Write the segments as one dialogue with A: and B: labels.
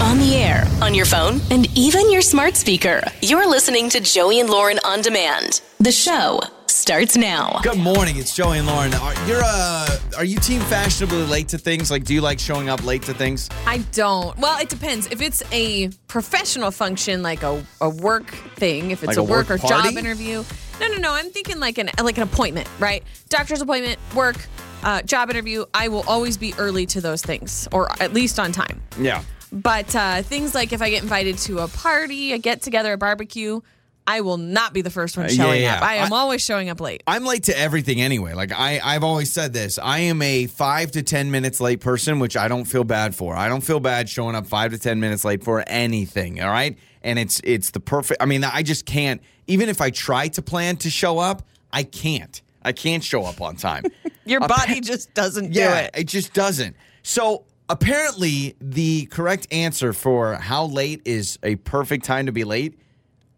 A: On the air, on your phone, and even your smart speaker. You're listening to Joey and Lauren on demand. The show starts now.
B: Good morning. It's Joey and Lauren. Are, you're uh, are you team fashionably late to things? Like, do you like showing up late to things?
C: I don't. Well, it depends. If it's a professional function, like a, a work thing, if it's
B: Like
C: a,
B: a
C: work,
B: work
C: or
B: party?
C: job interview. No, no, no. I'm thinking like an like an appointment, right? Doctor's appointment, work, uh, job interview. I will always be early to those things, or at least on time.
B: Yeah.
C: But uh, things like if I get invited to a party, a get together, a barbecue, I will not be the first one
B: Uh, yeah,
C: showing
B: yeah.
C: up. I am
B: I-
C: always showing up late.
B: I'm late to everything anyway. Like I, I've always said this. I am a five to ten minutes late person, which I don't feel bad for. I don't feel bad showing up five to ten minutes late for anything. All right, and it's it's the perfect. I mean, I just can't. Even if I try to plan to show up, I can't. I can't show up on time.
D: Your body just doesn't
B: yeah,
D: do it.
B: just doesn't. So apparently, the correct answer for how late is a perfect time to be late.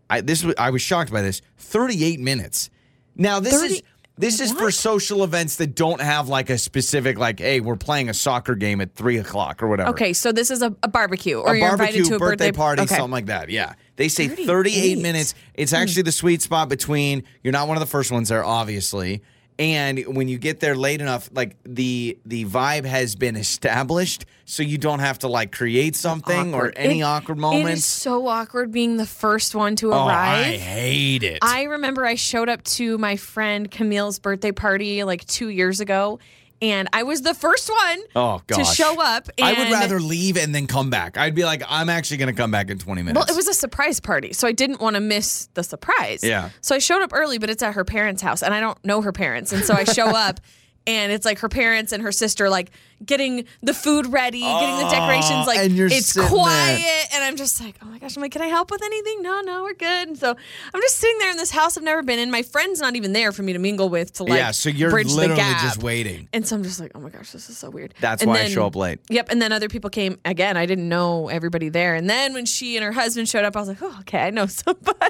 B: I this was, I was shocked by this. Thirty-eight minutes. Now this is
C: 30
B: this is for social events that don't have like a specific like, hey, we're playing a soccer game at three o'clock or whatever.
C: Okay, so this is a, a barbecue, or
B: A
C: you're
B: barbecue
C: invited to a
B: birthday,
C: birthday,
B: party,
C: okay. Hmm.
B: something like that. Yeah. They say 38,
C: 38.
B: minutes. It's actually the sweet spot between you're not one of the first ones there, obviously. And when you get there late enough, like the the vibe has been established, so you don't have to like create something or any
C: It-
B: awkward
C: It is
B: moments.
C: so awkward being the first one to
B: Oh, I
C: arrive.
B: hate it.
C: I remember I showed up to my friend Camille's birthday party like two years ago, and I was the first one
B: oh gosh.
C: to show up. And,
B: I would rather leave and then come back. I'd be like, I'm actually gonna come back in 20 minutes.
C: Well, it was a surprise party, so I didn't want to miss the surprise.
B: Yeah.
C: So I showed up early, but it's at her parents' house, and I don't know her parents, and so I show up. And it's like her parents and her sister like getting the food ready, getting the decorations like
B: and you're
C: it's
B: sitting there.
C: quiet, and I'm just like, oh my gosh, I'm like, can I help with anything? No, no, we're good. And so I'm just sitting there in this house I've never been in. My friend's not even there for me to mingle with to like
B: yeah, so you're
C: bridge the
B: literally
C: gap.
B: just waiting.
C: And so I'm just like, oh my gosh, this is so weird.
B: That's
C: And
B: why I show up late.
C: Yep. And then other people came again. I didn't know everybody there. And then when she and her husband showed up, I was like, oh, okay, I know somebody.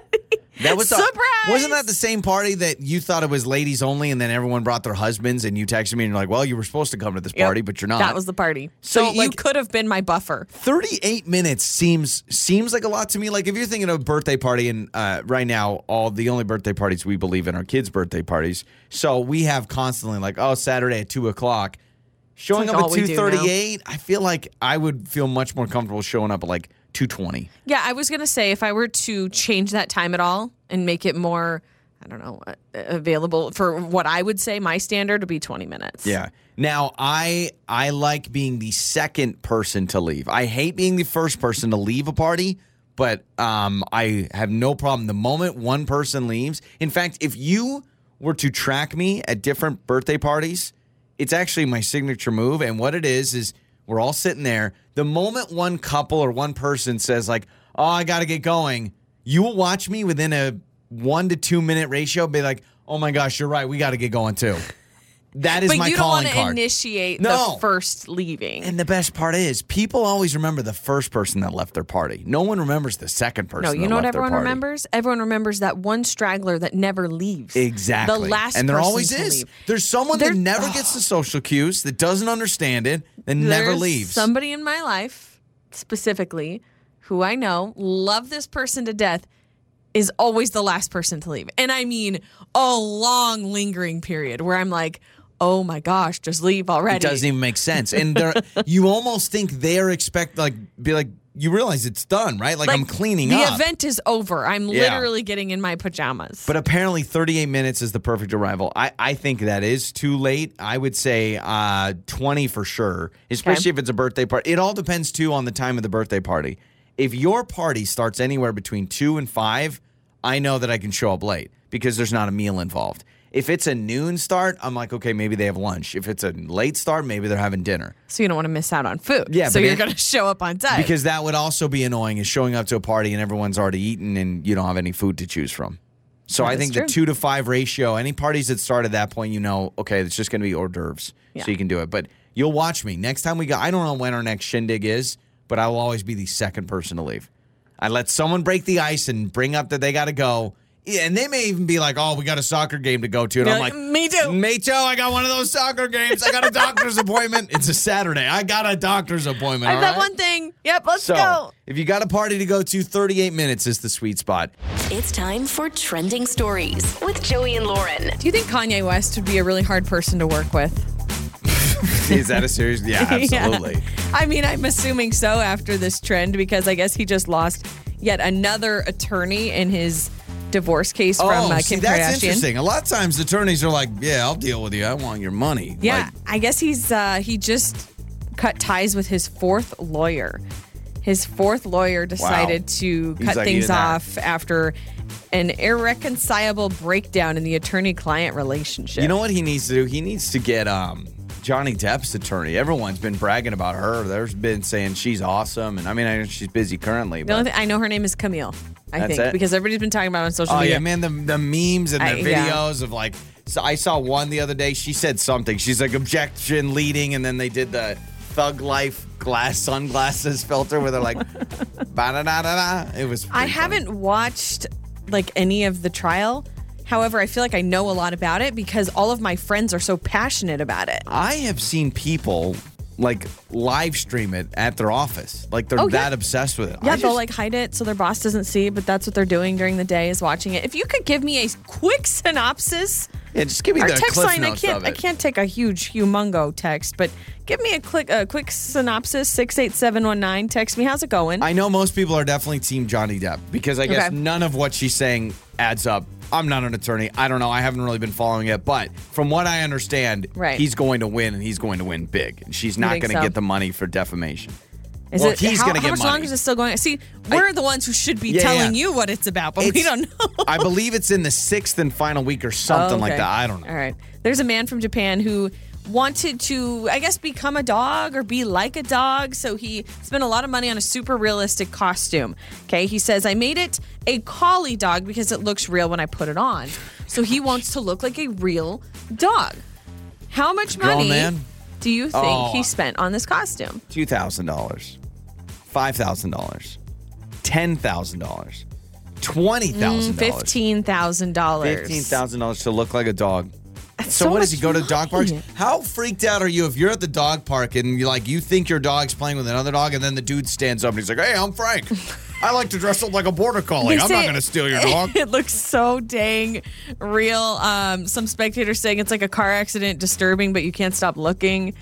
B: That was the-
C: surprise.
B: wasn't that the same party that you thought it was ladies only, and then everyone brought their husbands, and you texted me and you're like, "Well, you were supposed to come to this
C: Yep.
B: party, but you're not."
C: That was the party.
B: So,
C: So you
B: like-
C: could have been my buffer.
B: 38 minutes seems seems like a lot to me. Like if you're thinking of a birthday party, and uh, right now all the only birthday parties we believe in are kids' birthday parties, so we have constantly like, "Oh, Saturday at two o'clock." Showing
C: like
B: up
C: all
B: at
C: we do
B: two
C: now.
B: thirty-eight, I feel like I would feel much more comfortable showing up at like two twenty.
C: Yeah, I was gonna say if I were to change that time at all and make it more, I don't know, uh, available for what I would say my standard would be 20 minutes.
B: Yeah. Now I I like being the second person to leave. I hate being the first person to leave a party, but um, I have no problem the moment one person leaves. In fact, if you were to track me at different birthday parties, it's actually my signature move. And what it is is we're all sitting there. The moment one couple or one person says like, "Oh, I got to get going," you will watch me within a one to two minute ratio be like, "Oh my gosh, you're right. We got to get going too." That is
C: But
B: my
C: you don't
B: calling
C: want to
B: card.
C: initiate
B: No.
C: the first leaving.
B: and the best part is, people always remember the first person that left their party. No one remembers the second person.
C: No, you
B: that
C: know what
B: left their
C: everyone
B: party.
C: remembers? Everyone remembers that one straggler that never leaves.
B: Exactly.
C: The last
B: and there
C: person
B: always
C: to
B: is.
C: leave.
B: There's someone
C: There-
B: that never gets the social cues, that doesn't understand it, that never
C: There's
B: leaves.
C: Somebody in my life, specifically, who I know, love this person to death, is always the last person to leave. And I mean a long lingering period where I'm like, oh my gosh, just leave already.
B: It doesn't even make sense. And they're, you almost think they're expect like be like you realize it's done, right? Like,
C: Like,
B: I'm cleaning
C: the
B: up.
C: event is over. I'm
B: Yeah.
C: literally getting in my pajamas.
B: But apparently, 38 minutes is the perfect arrival. I, I think that is too late. I would say uh, 20 for sure, especially if it's a birthday party. It all depends, too, on the time of the birthday party. If your party starts anywhere between 2 and 5, I know that I can show up late because there's not a meal involved. If it's a noon start, I'm like, okay, maybe they have lunch. If it's a late start, maybe they're having dinner.
C: so you don't want to miss out on food.
B: Yeah,
C: So
B: but
C: you're
B: it-
C: going to show up on time.
B: Because that would also be annoying is showing up to a party and everyone's already eaten and you don't have any food to choose from. So I
C: is
B: think the
C: true.
B: two to five ratio, any parties that start at that point, you know, okay, it's just going to be hors d'oeuvres.
C: Yeah.
B: So you can do it. But you'll watch me. Next time we go, I don't know when our next shindig is, but I will always be the second person to leave. I let someone break the ice and bring up that they got to go, Yeah, and they may even be like, "Oh, we got a soccer game to go to," and
C: You're
B: I'm
C: like,
B: like,
C: "Me too."
B: me too. I got one of those soccer games. I got a doctor's appointment. It's a Saturday. I got a doctor's appointment.
C: I've
B: all
C: got
B: right?
C: one thing. Yep, let's
B: So,
C: go.
B: if you got a party to go to, 38 minutes is the sweet spot.
A: It's time for Trending Stories with Joey and Lauren.
C: Do you think Kanye West would be a really hard person to work with?
B: Is that a serious? Yeah, absolutely.
C: I mean, I'm assuming so after this trend because I guess he just lost yet another attorney in his divorce case from uh, Kim
B: Oh, see,
C: Kardashian.
B: that's interesting. A lot of times attorneys are like, "Yeah, I'll deal with you. I want your money."
C: Yeah,
B: Like,
C: I guess he's uh, he just cut ties with his fourth lawyer. His fourth lawyer decided to
B: He's
C: cut
B: like,
C: things
B: "Eat it up."
C: off after an irreconcilable breakdown in the attorney-client relationship.
B: you know what he needs to do? He needs to get um, Johnny Depp's attorney. Everyone's been bragging about her. There's been saying she's awesome, and I mean, I know she's busy currently.
C: the
B: But,
C: only thing I know her name is Camille. I
B: That's
C: think
B: it?
C: because everybody's been talking about it on social
B: oh
C: media.
B: yeah, man, the the memes and the
C: I- yeah.
B: videos of like. So I saw one the other day. She said something. She's like objection leading, and then they did the thug life glass sunglasses filter where they're like, ba da da da da. It was.
C: I
B: pretty funny.
C: haven't watched like any of the trial. However, I feel like I know a lot about it because all of my friends are so passionate about it.
B: I have seen people like live stream it at their office. Like they're
C: Oh, yeah.
B: that obsessed with it.
C: Yeah,
B: I
C: they'll
B: just-
C: like hide it so their boss doesn't see, but that's what they're doing during the day is watching it. If you could give me a quick synopsis
B: yeah, just give me
C: or
B: the
C: text
B: cliff
C: line, I
B: notes
C: can't
B: of
C: I
B: it.
C: can't take a huge humongo text, but give me a quick a quick synopsis 68719 text me how's it going?
B: I know most people are definitely team Johnny Depp because I guess
C: Okay.
B: none of what she's saying adds up. I'm not an attorney. I don't know. I haven't really been following it, but from what I understand,
C: Right.
B: he's going to win and he's going to win big. And she's not
C: think
B: going to
C: so?
B: get the money for defamation.
C: is
B: well,
C: it
B: he's
C: how,
B: gonna
C: how
B: get
C: much
B: money.
C: longer is this still going? See, we're the ones who should be
B: Yeah,
C: telling
B: yeah.
C: you what it's about, but we
B: It's-
C: don't know.
B: I believe it's in the sixth and final week or something
C: Oh,
B: like
C: okay.
B: that. I don't know.
C: All right. There's a man from Japan who wanted to, I guess, become a dog or be like a dog. So he spent a lot of money on a super realistic costume. Okay. He says, I made it a collie dog because it looks real when I put it on. So he wants to look like a real dog. How much
B: Grown
C: money
B: man?
C: do you think
B: Oh.
C: he spent on this costume?
B: two thousand dollars, five thousand dollars, ten thousand dollars, twenty thousand
C: Mm,
B: dollars,
C: $15,000.
B: fifteen thousand dollars to look like a dog. So,
C: so
B: what does he
C: much
B: go to dog parks?
C: money.
B: How freaked out are you if you're at the dog park and you like you think your dog's playing with another dog and then the dude stands up and he's like, "Hey, I'm Frank. I like to dress up like a border collie.
C: They
B: I'm
C: say-
B: not going to steal your dog."
C: it looks so dang real. Um, some spectators saying it's like a car accident, disturbing, but you can't stop looking.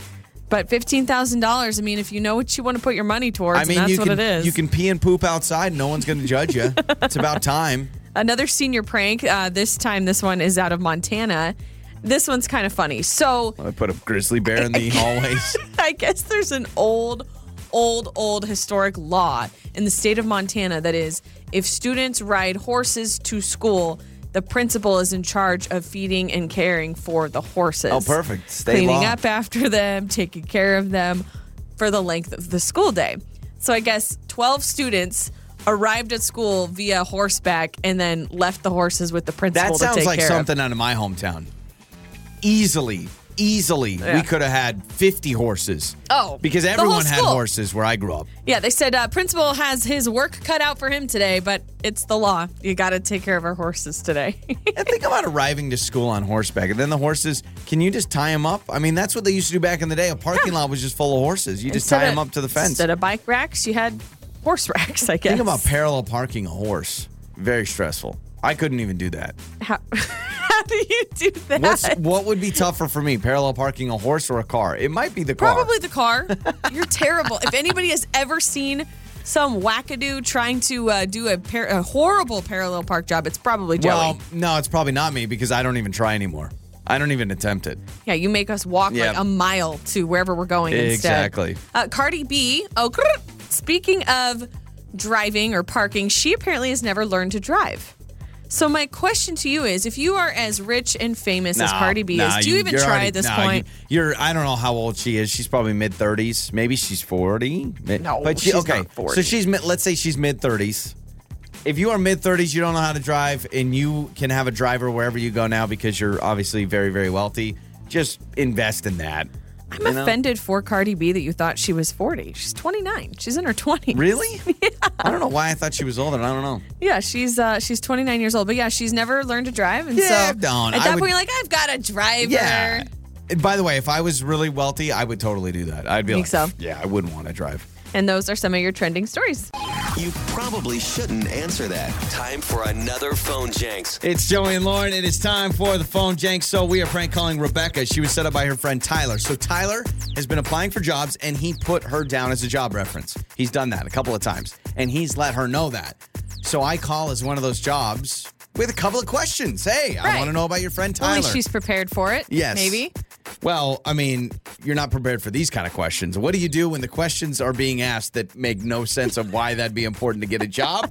C: But fifteen thousand dollars. I mean, if you know what you want to put your money towards,
B: I mean,
C: and that's
B: you
C: what
B: can
C: it is.
B: you can pee and poop outside. No one's going to judge you. it's about time.
C: Another senior prank. Uh, this time, this one is out of Montana. This one's kind of funny. So
B: I put a grizzly bear in the hallways.
C: I guess there's an old, old, old historic law in the state of Montana that is if students ride horses to school, the principal is in charge of feeding and caring for the horses.
B: Oh, perfect. State
C: Cleaning
B: law.
C: up after them, taking care of them for the length of the school day. So I guess 12 students arrived at school via horseback and then left the horses with the
B: That
C: principal to take
B: sounds like
C: care of.
B: something out of my hometown. Easily, easily, we
C: Yeah.
B: could have had 50 horses.
C: Oh,
B: Because
C: the whole
B: everyone had
C: school.
B: horses where I grew up.
C: Yeah, they said uh, principal has his work cut out for him today, but it's the law. You got to take care of our horses today.
B: And think about arriving to school on horseback. And then the horses, can you just tie them up? I mean, that's what they used to do back in the day. A parking lot was just full of horses. You just
C: Instead
B: tie
C: of-
B: them up to the fence.
C: Instead of bike racks, you had horse racks. I guess.
B: Think about parallel parking a horse. Very stressful. I couldn't even do that.
C: how, how do you do that?
B: What's, what would be tougher for me, parallel parking a horse or a car? It might be the car.
C: Probably the car. You're terrible. If anybody has ever seen some wackadoo trying to uh, do a, par- a horrible parallel park job, it's probably Joey.
B: Well, no, it's probably not me because I don't even try anymore. I don't even attempt it.
C: Yeah, you make us walk
B: Yeah.
C: like a mile to wherever we're going instead.
B: Exactly.
C: Uh, Cardi B. Oh, grrr. speaking of driving or parking, she apparently has never learned to drive. So my question to you is: If you are as rich and famous as
B: Nah,
C: Cardi B
B: nah,
C: is, do you, even
B: you're
C: try
B: already-
C: at this
B: nah,
C: point?
B: You, are I don't know how old she is. She's probably mid thirties. Maybe she's forty.
C: No,
B: but she,
C: she's
B: okay.
C: not 40.
B: So she's mid- let's say she's mid thirties. If you are mid thirties, you don't know how to drive, and you can have a driver wherever you go now because you're obviously very very wealthy. Just invest in that.
C: I'm offended for Cardi B that you thought she was 40. She's 29. She's in her 20s.
B: Really?
C: Yeah.
B: I don't know why I thought she was older. I don't know.
C: Yeah, she's uh, she's 29 years old, but yeah, she's never learned to drive, and
B: Yeah,
C: so
B: don't.
C: at
B: I
C: that
B: would-
C: point, you're like, I've got a driver.
B: Yeah. And by the way, if I was really wealthy, I would totally do that. I'd be
C: Think
B: like,
C: so?
B: yeah, I wouldn't want to drive.
C: And those are some of your trending stories.
E: You probably shouldn't answer that. Time for another phone janks.
B: It's Joey and Lauren. It is time for the phone jank. So we are prank calling Rebecca. She was set up by her friend Tyler. So Tyler has been applying for jobs and he put her down as a job reference. He's done that a couple of times and he's let her know that. So I call as one of those jobs with a couple of questions. Hey, I
C: Right.
B: want to know about your friend
C: At
B: Tyler.
C: least she's prepared for it.
B: Yes.
C: Maybe.
B: Well, I mean, you're not prepared for these kind of questions. What do you do when the questions are being asked that make no sense of why that'd be important to get a job?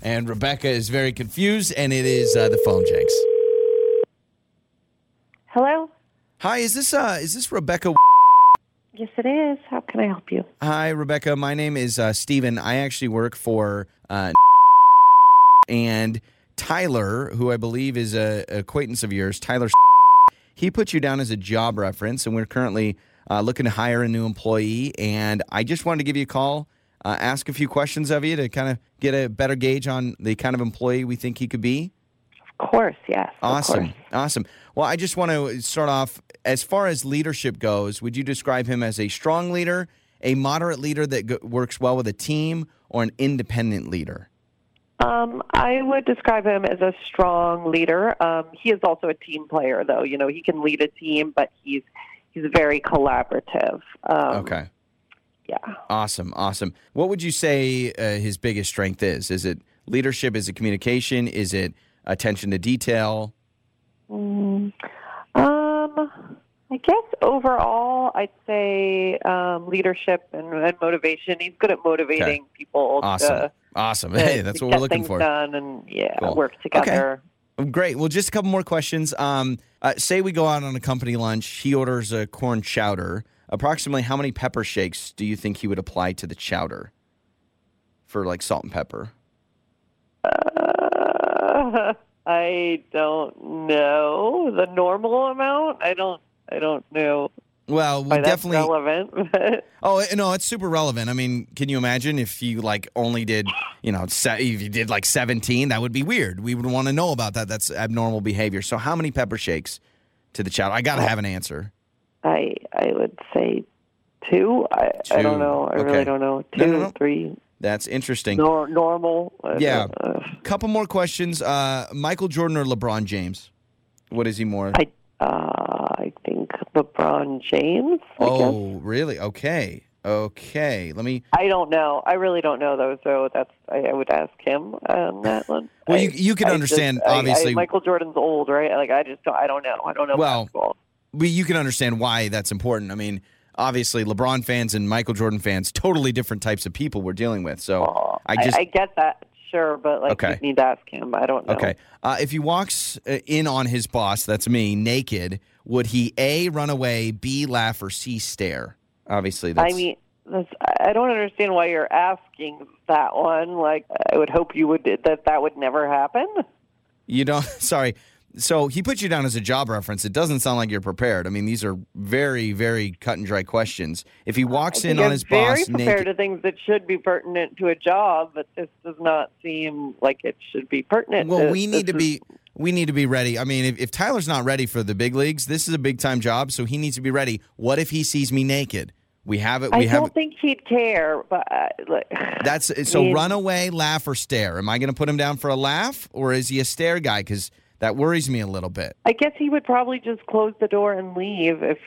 B: and Rebecca is very confused, and it is uh, the phone janks.
F: Hello?
B: Hi, is this uh, is this Rebecca?
F: Yes, it is. How can I help you?
B: Hi, Rebecca. My name is uh, Steven. I actually work for uh, and Tyler, who I believe is a acquaintance of yours. Tyler, he put you down as a job reference, and we're currently uh, looking to hire a new employee. And I just wanted to give you a call, uh, ask a few questions of you to kind of get a better gauge on the kind of employee we think he could be.
F: Of course, yes. of
B: Awesome.
F: course.
B: Awesome. Well, I just want to start off as far as leadership goes, would you describe him as a strong leader, a moderate leader that go- works well with a team, or an independent leader?
F: Um, I would describe him as a strong leader. Um, he is also a team player, though. You know, he can lead a team, but he's he's very collaborative. Um,
B: okay.
F: Yeah.
B: Awesome. Awesome. What would you say uh, his biggest strength is? Is it leadership? Is it communication? Is it attention to detail?
F: Mm, um, I guess overall, I'd say um, leadership and, and motivation. He's good at motivating people.
B: Awesome.
F: To,
B: Awesome.
F: uh, to-
B: Hey, that's
F: to
B: what we're
F: get
B: looking
F: things
B: for.
F: Done and yeah,
B: Cool.
F: work together.
B: Great. Well, just a couple more questions. Um, uh, say we go out on a company lunch. He orders a corn chowder. Approximately how many pepper shakes do you think he would apply to the chowder for like salt and pepper?
F: Uh, I don't know the normal amount. I don't. I don't know
B: Well, we
F: why that's
B: definitely.
F: relevant. But
B: Oh no, it's super relevant. I mean, can you imagine if you like only did, you know, se- if you did like seventeen, that would be weird. We would want to know about that. That's abnormal behavior. So, how many pepper shakes to the chowder? I gotta have an answer.
F: I I would say two. I, I
B: Two,
F: don't know. I
B: okay.
F: really don't know.
B: No,
F: Two,
B: no, no.
F: three.
B: That's interesting.
F: Nor, normal. I don't-
B: Yeah.
F: uh,
B: Couple more questions. Uh, Michael Jordan or LeBron James? What is he more?
F: I uh, I think LeBron James. I guess.
B: oh, really? Okay. Okay. Let me.
F: I don't know. I really don't know though. So that's I, I would ask him on that one.
B: Well,
F: I-
B: you, you can
F: I
B: understand,
F: just- I- I-
B: obviously.
F: Michael Jordan's old, right? Like I just don't, I don't know. I don't know
B: Well,
F: basketball.
B: but you can understand why that's important. I mean, obviously, LeBron fans and Michael Jordan fans, totally different types of people we're dealing with. So
F: Oh,
B: I just.
F: I, get that, sure, but like
B: Okay.
F: you need to ask him. I don't know.
B: okay. Uh, if he walks uh, in on his boss, that's me, naked, would he A, run away, B, laugh, or C, stare? Obviously, that's.
F: I mean, that's, I I don't understand why you're asking that one. Like, I would hope you would that that would never happen.
B: You don't. Sorry. So he put you down as a job reference. It doesn't sound like you're prepared. I mean, these are very, very cut and dry questions. If he walks in
F: You're
B: on his
F: very
B: boss
F: prepared
B: naked,
F: to things that should be pertinent to a job, but this does not seem like it should be pertinent.
B: well,
F: This-
B: we
F: this
B: need to
F: is-
B: be we need to be ready. I mean, if, if Tyler's not ready for the big leagues, this is a big time job, so he needs to be ready. What if he sees me naked? We have it. We
F: I
B: have
F: don't think he'd care, but uh, like,
B: it. That's so.
F: mean-
B: run away, laugh or stare. Am I going to put him down for a laugh or is he a stare guy? Because that worries me a little bit.
F: I guess he would probably just close the door and leave if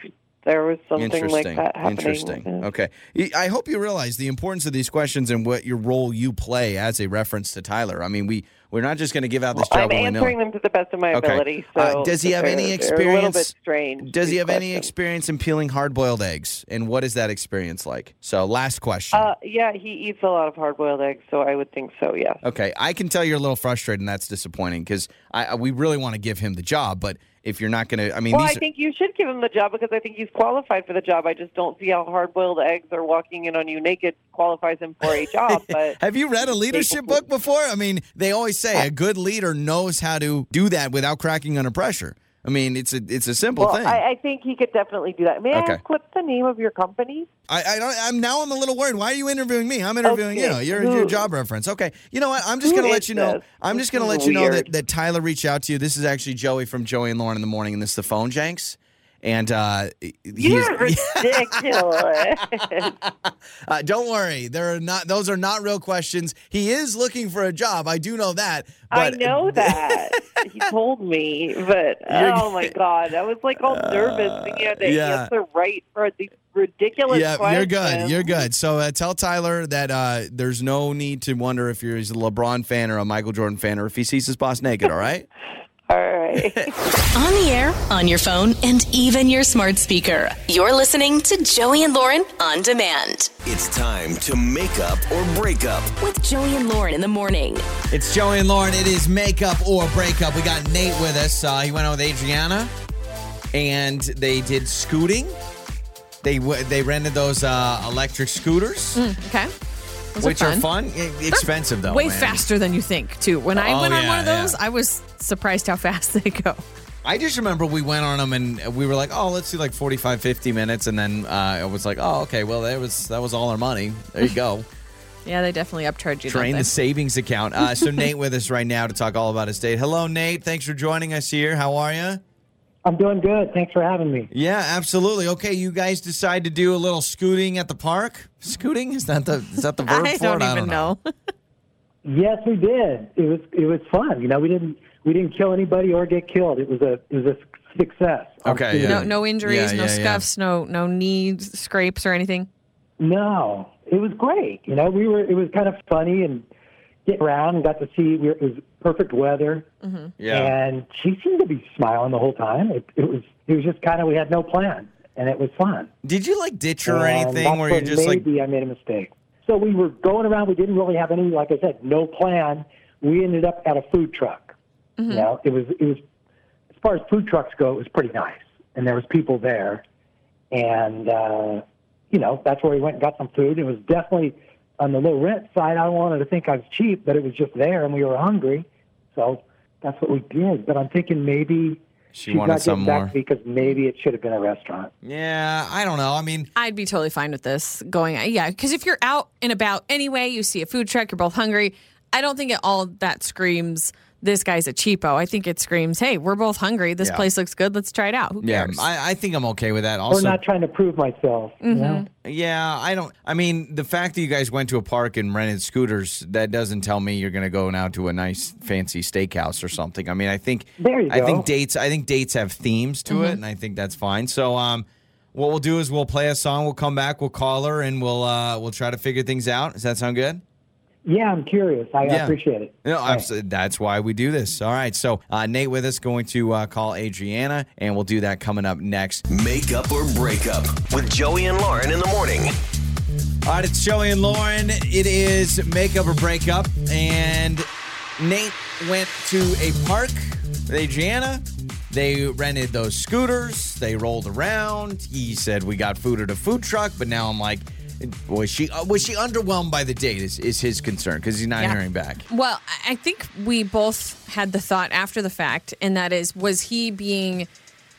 F: there was something like
B: Interesting.
F: that happening.
B: Interesting.
F: Yeah.
B: Okay. Y- I hope you realize the importance of these questions and what your role you play as a reference to Tyler. I mean, we we're not just going to give out this
F: I'm
B: job. willy-nilly.
F: answering them to the best of my
B: Okay.
F: ability. So
B: Uh, does he have
F: they're-
B: any
F: they're A little bit
B: experience-
F: strange.
B: Does he
F: these
B: have any
F: questions.
B: experience in peeling hard-boiled eggs, and what is that experience like? So, last question.
F: Uh, yeah, he eats a lot of hard-boiled eggs, so I would think so. Yes.
B: okay, I can tell you're a little frustrated, and that's disappointing because I, I we really want to give him the job, but if you're not going to, I mean,
F: Well, I
B: these. are-
F: think you should give him the job because I think he's qualified for the job. I just don't see how hard-boiled eggs or walking in on you naked qualifies him for a job. But
B: have you read a leadership book before? I mean, they always say a good leader knows how to do that without cracking under pressure. I mean, it's a it's a simple
F: Well,
B: thing.
F: I, I think he could definitely do that. May
B: Okay.
F: I ask what's the name of your company?
B: I, I don't, I'm now I'm a little worried. Why are you interviewing me? I'm interviewing
F: Okay.
B: you. You're your
F: Who-
B: job reference. Okay. You know what? I'm just
F: Who
B: gonna
F: is
B: let you know.
F: this?
B: I'm
F: This
B: just gonna
F: is
B: let you know that,
F: weird.
B: that Tyler reached out to you. This is actually Joey from Joey and Lauren in the morning, and this is the phone janks. And uh, he's-
F: You're ridiculous.
B: uh, don't worry, there are not those are not real questions. He is looking for a job. I do know that.
F: I
B: But
F: know that. he told me, but
B: You're- Uh,
F: oh my god, I was like all nervous thinking I had to
B: yeah.
F: answer right for these ridiculous
B: Yeah, you're
F: questions.
B: good. You're good. So uh, tell Tyler that uh, there's no need to wonder if you're he's a LeBron fan or a Michael Jordan fan or if he sees his boss naked. All right.
F: All right.
A: On the air, on your phone, and even your smart speaker. You're listening to Joey and Lauren on demand
E: It's time to make up or break up
A: with Joey and Lauren in the morning.
B: It's Joey and Lauren. It is makeup or breakup. We got Nate with us. Uh, he went out with Adriana, and they did scooting. They w- they rented those uh, electric scooters,
C: Okay. Mm, Those
B: which
C: are fun.
B: E- expensive though.
C: Way
B: man.
C: faster than you think, too. When I
B: Oh,
C: went on
B: yeah,
C: one of those,
B: yeah.
C: I was surprised how fast they go.
B: I just remember we went on them and we were like, oh, let's do like 45, 50 minutes, and then uh, I was like, oh, okay, well that was that was all our money. There you go.
C: Yeah, they definitely upcharge you.
B: Train the
C: don't they?
B: savings account. Uh, so Nate with us right now to talk all about his date. Hello, Nate. Thanks for joining us here. How are you?
G: I'm doing good. Thanks for having me.
B: Yeah, absolutely. Okay, you guys decide to do a little scooting at the park. Scooting is that the is that the verb
C: I
B: for it?
C: don't even know.
G: Yes, we did. It was it was fun. You know, we didn't we didn't kill anybody or get killed. It was a it was a success.
B: Okay, yeah.
C: No, no injuries,
B: Yeah,
C: no
B: yeah, yeah.
C: scuffs, no no knee scrapes or anything.
G: No, it was great. You know, we were it was kind of funny and get around and got to see. We, it was perfect weather,
B: Yeah,
G: and she seemed to be smiling the whole time. It, it was it was just kind of we had no plan, and it was fun.
B: did you like ditch her or
G: And
B: anything
G: that's
B: where you're
G: when
B: just like
G: maybe I made a mistake. So we were going around. We didn't really have any, like I said, no plan. We ended up at a food truck. You know, it was it was as far as food trucks go, it was pretty nice, and there was people there, and uh, you know that's where we went and got some food. It was definitely on the low rent side. I wanted to think I was cheap, but it was just there, and we were hungry, so that's what we did. But I'm thinking maybe.
B: She
G: she's
B: wanted
G: not
B: some
G: getting back
B: more.
G: to me because maybe it should have been a restaurant.
B: yeah? I don't know. I mean,
C: I'd be totally fine with this going. Yeah, because if you're out and about anyway, you see a food truck, you're both hungry. I don't think at all that screams this guy's a cheapo. I think it screams, hey, we're both hungry. This
B: Yeah.
C: place looks good. Let's try it out. Who
B: yeah,
C: cares?
B: I, I think I'm okay with that.
G: Or
B: Also,
G: not trying to prove myself.
F: Mm-hmm.
G: You know?
B: yeah, I don't. I mean, the fact that you guys went to a park and rented scooters that doesn't tell me you're gonna go now to a nice fancy steakhouse or something. I mean, I think
G: There you
B: I
G: go. Mm-hmm.
B: think dates. I think dates have themes to it, and I think that's fine. So, um, what we'll do is we'll play a song. We'll come back. We'll call her, and we'll uh, we'll try to figure things out. Does that sound good?
G: Yeah, I'm curious. I
B: Yeah.
G: appreciate it.
B: No,
G: Thanks.
B: absolutely. That's why we do this. All right. So uh, Nate with us going to uh, call Adriana, and we'll do that coming up next.
E: Make Up or Break Up with Joey and Lauren in the morning.
B: All right, it's Joey and Lauren. It is makeup or breakup, and Nate went to a park with Adriana. They rented those scooters. They rolled around. He said we got food at a food truck, but now I'm like, was she uh, was she underwhelmed by the date? Is is his concern because he's not
C: Yeah.
B: hearing back.
C: Well, I- I think we both had the thought after the fact, and that is, was he being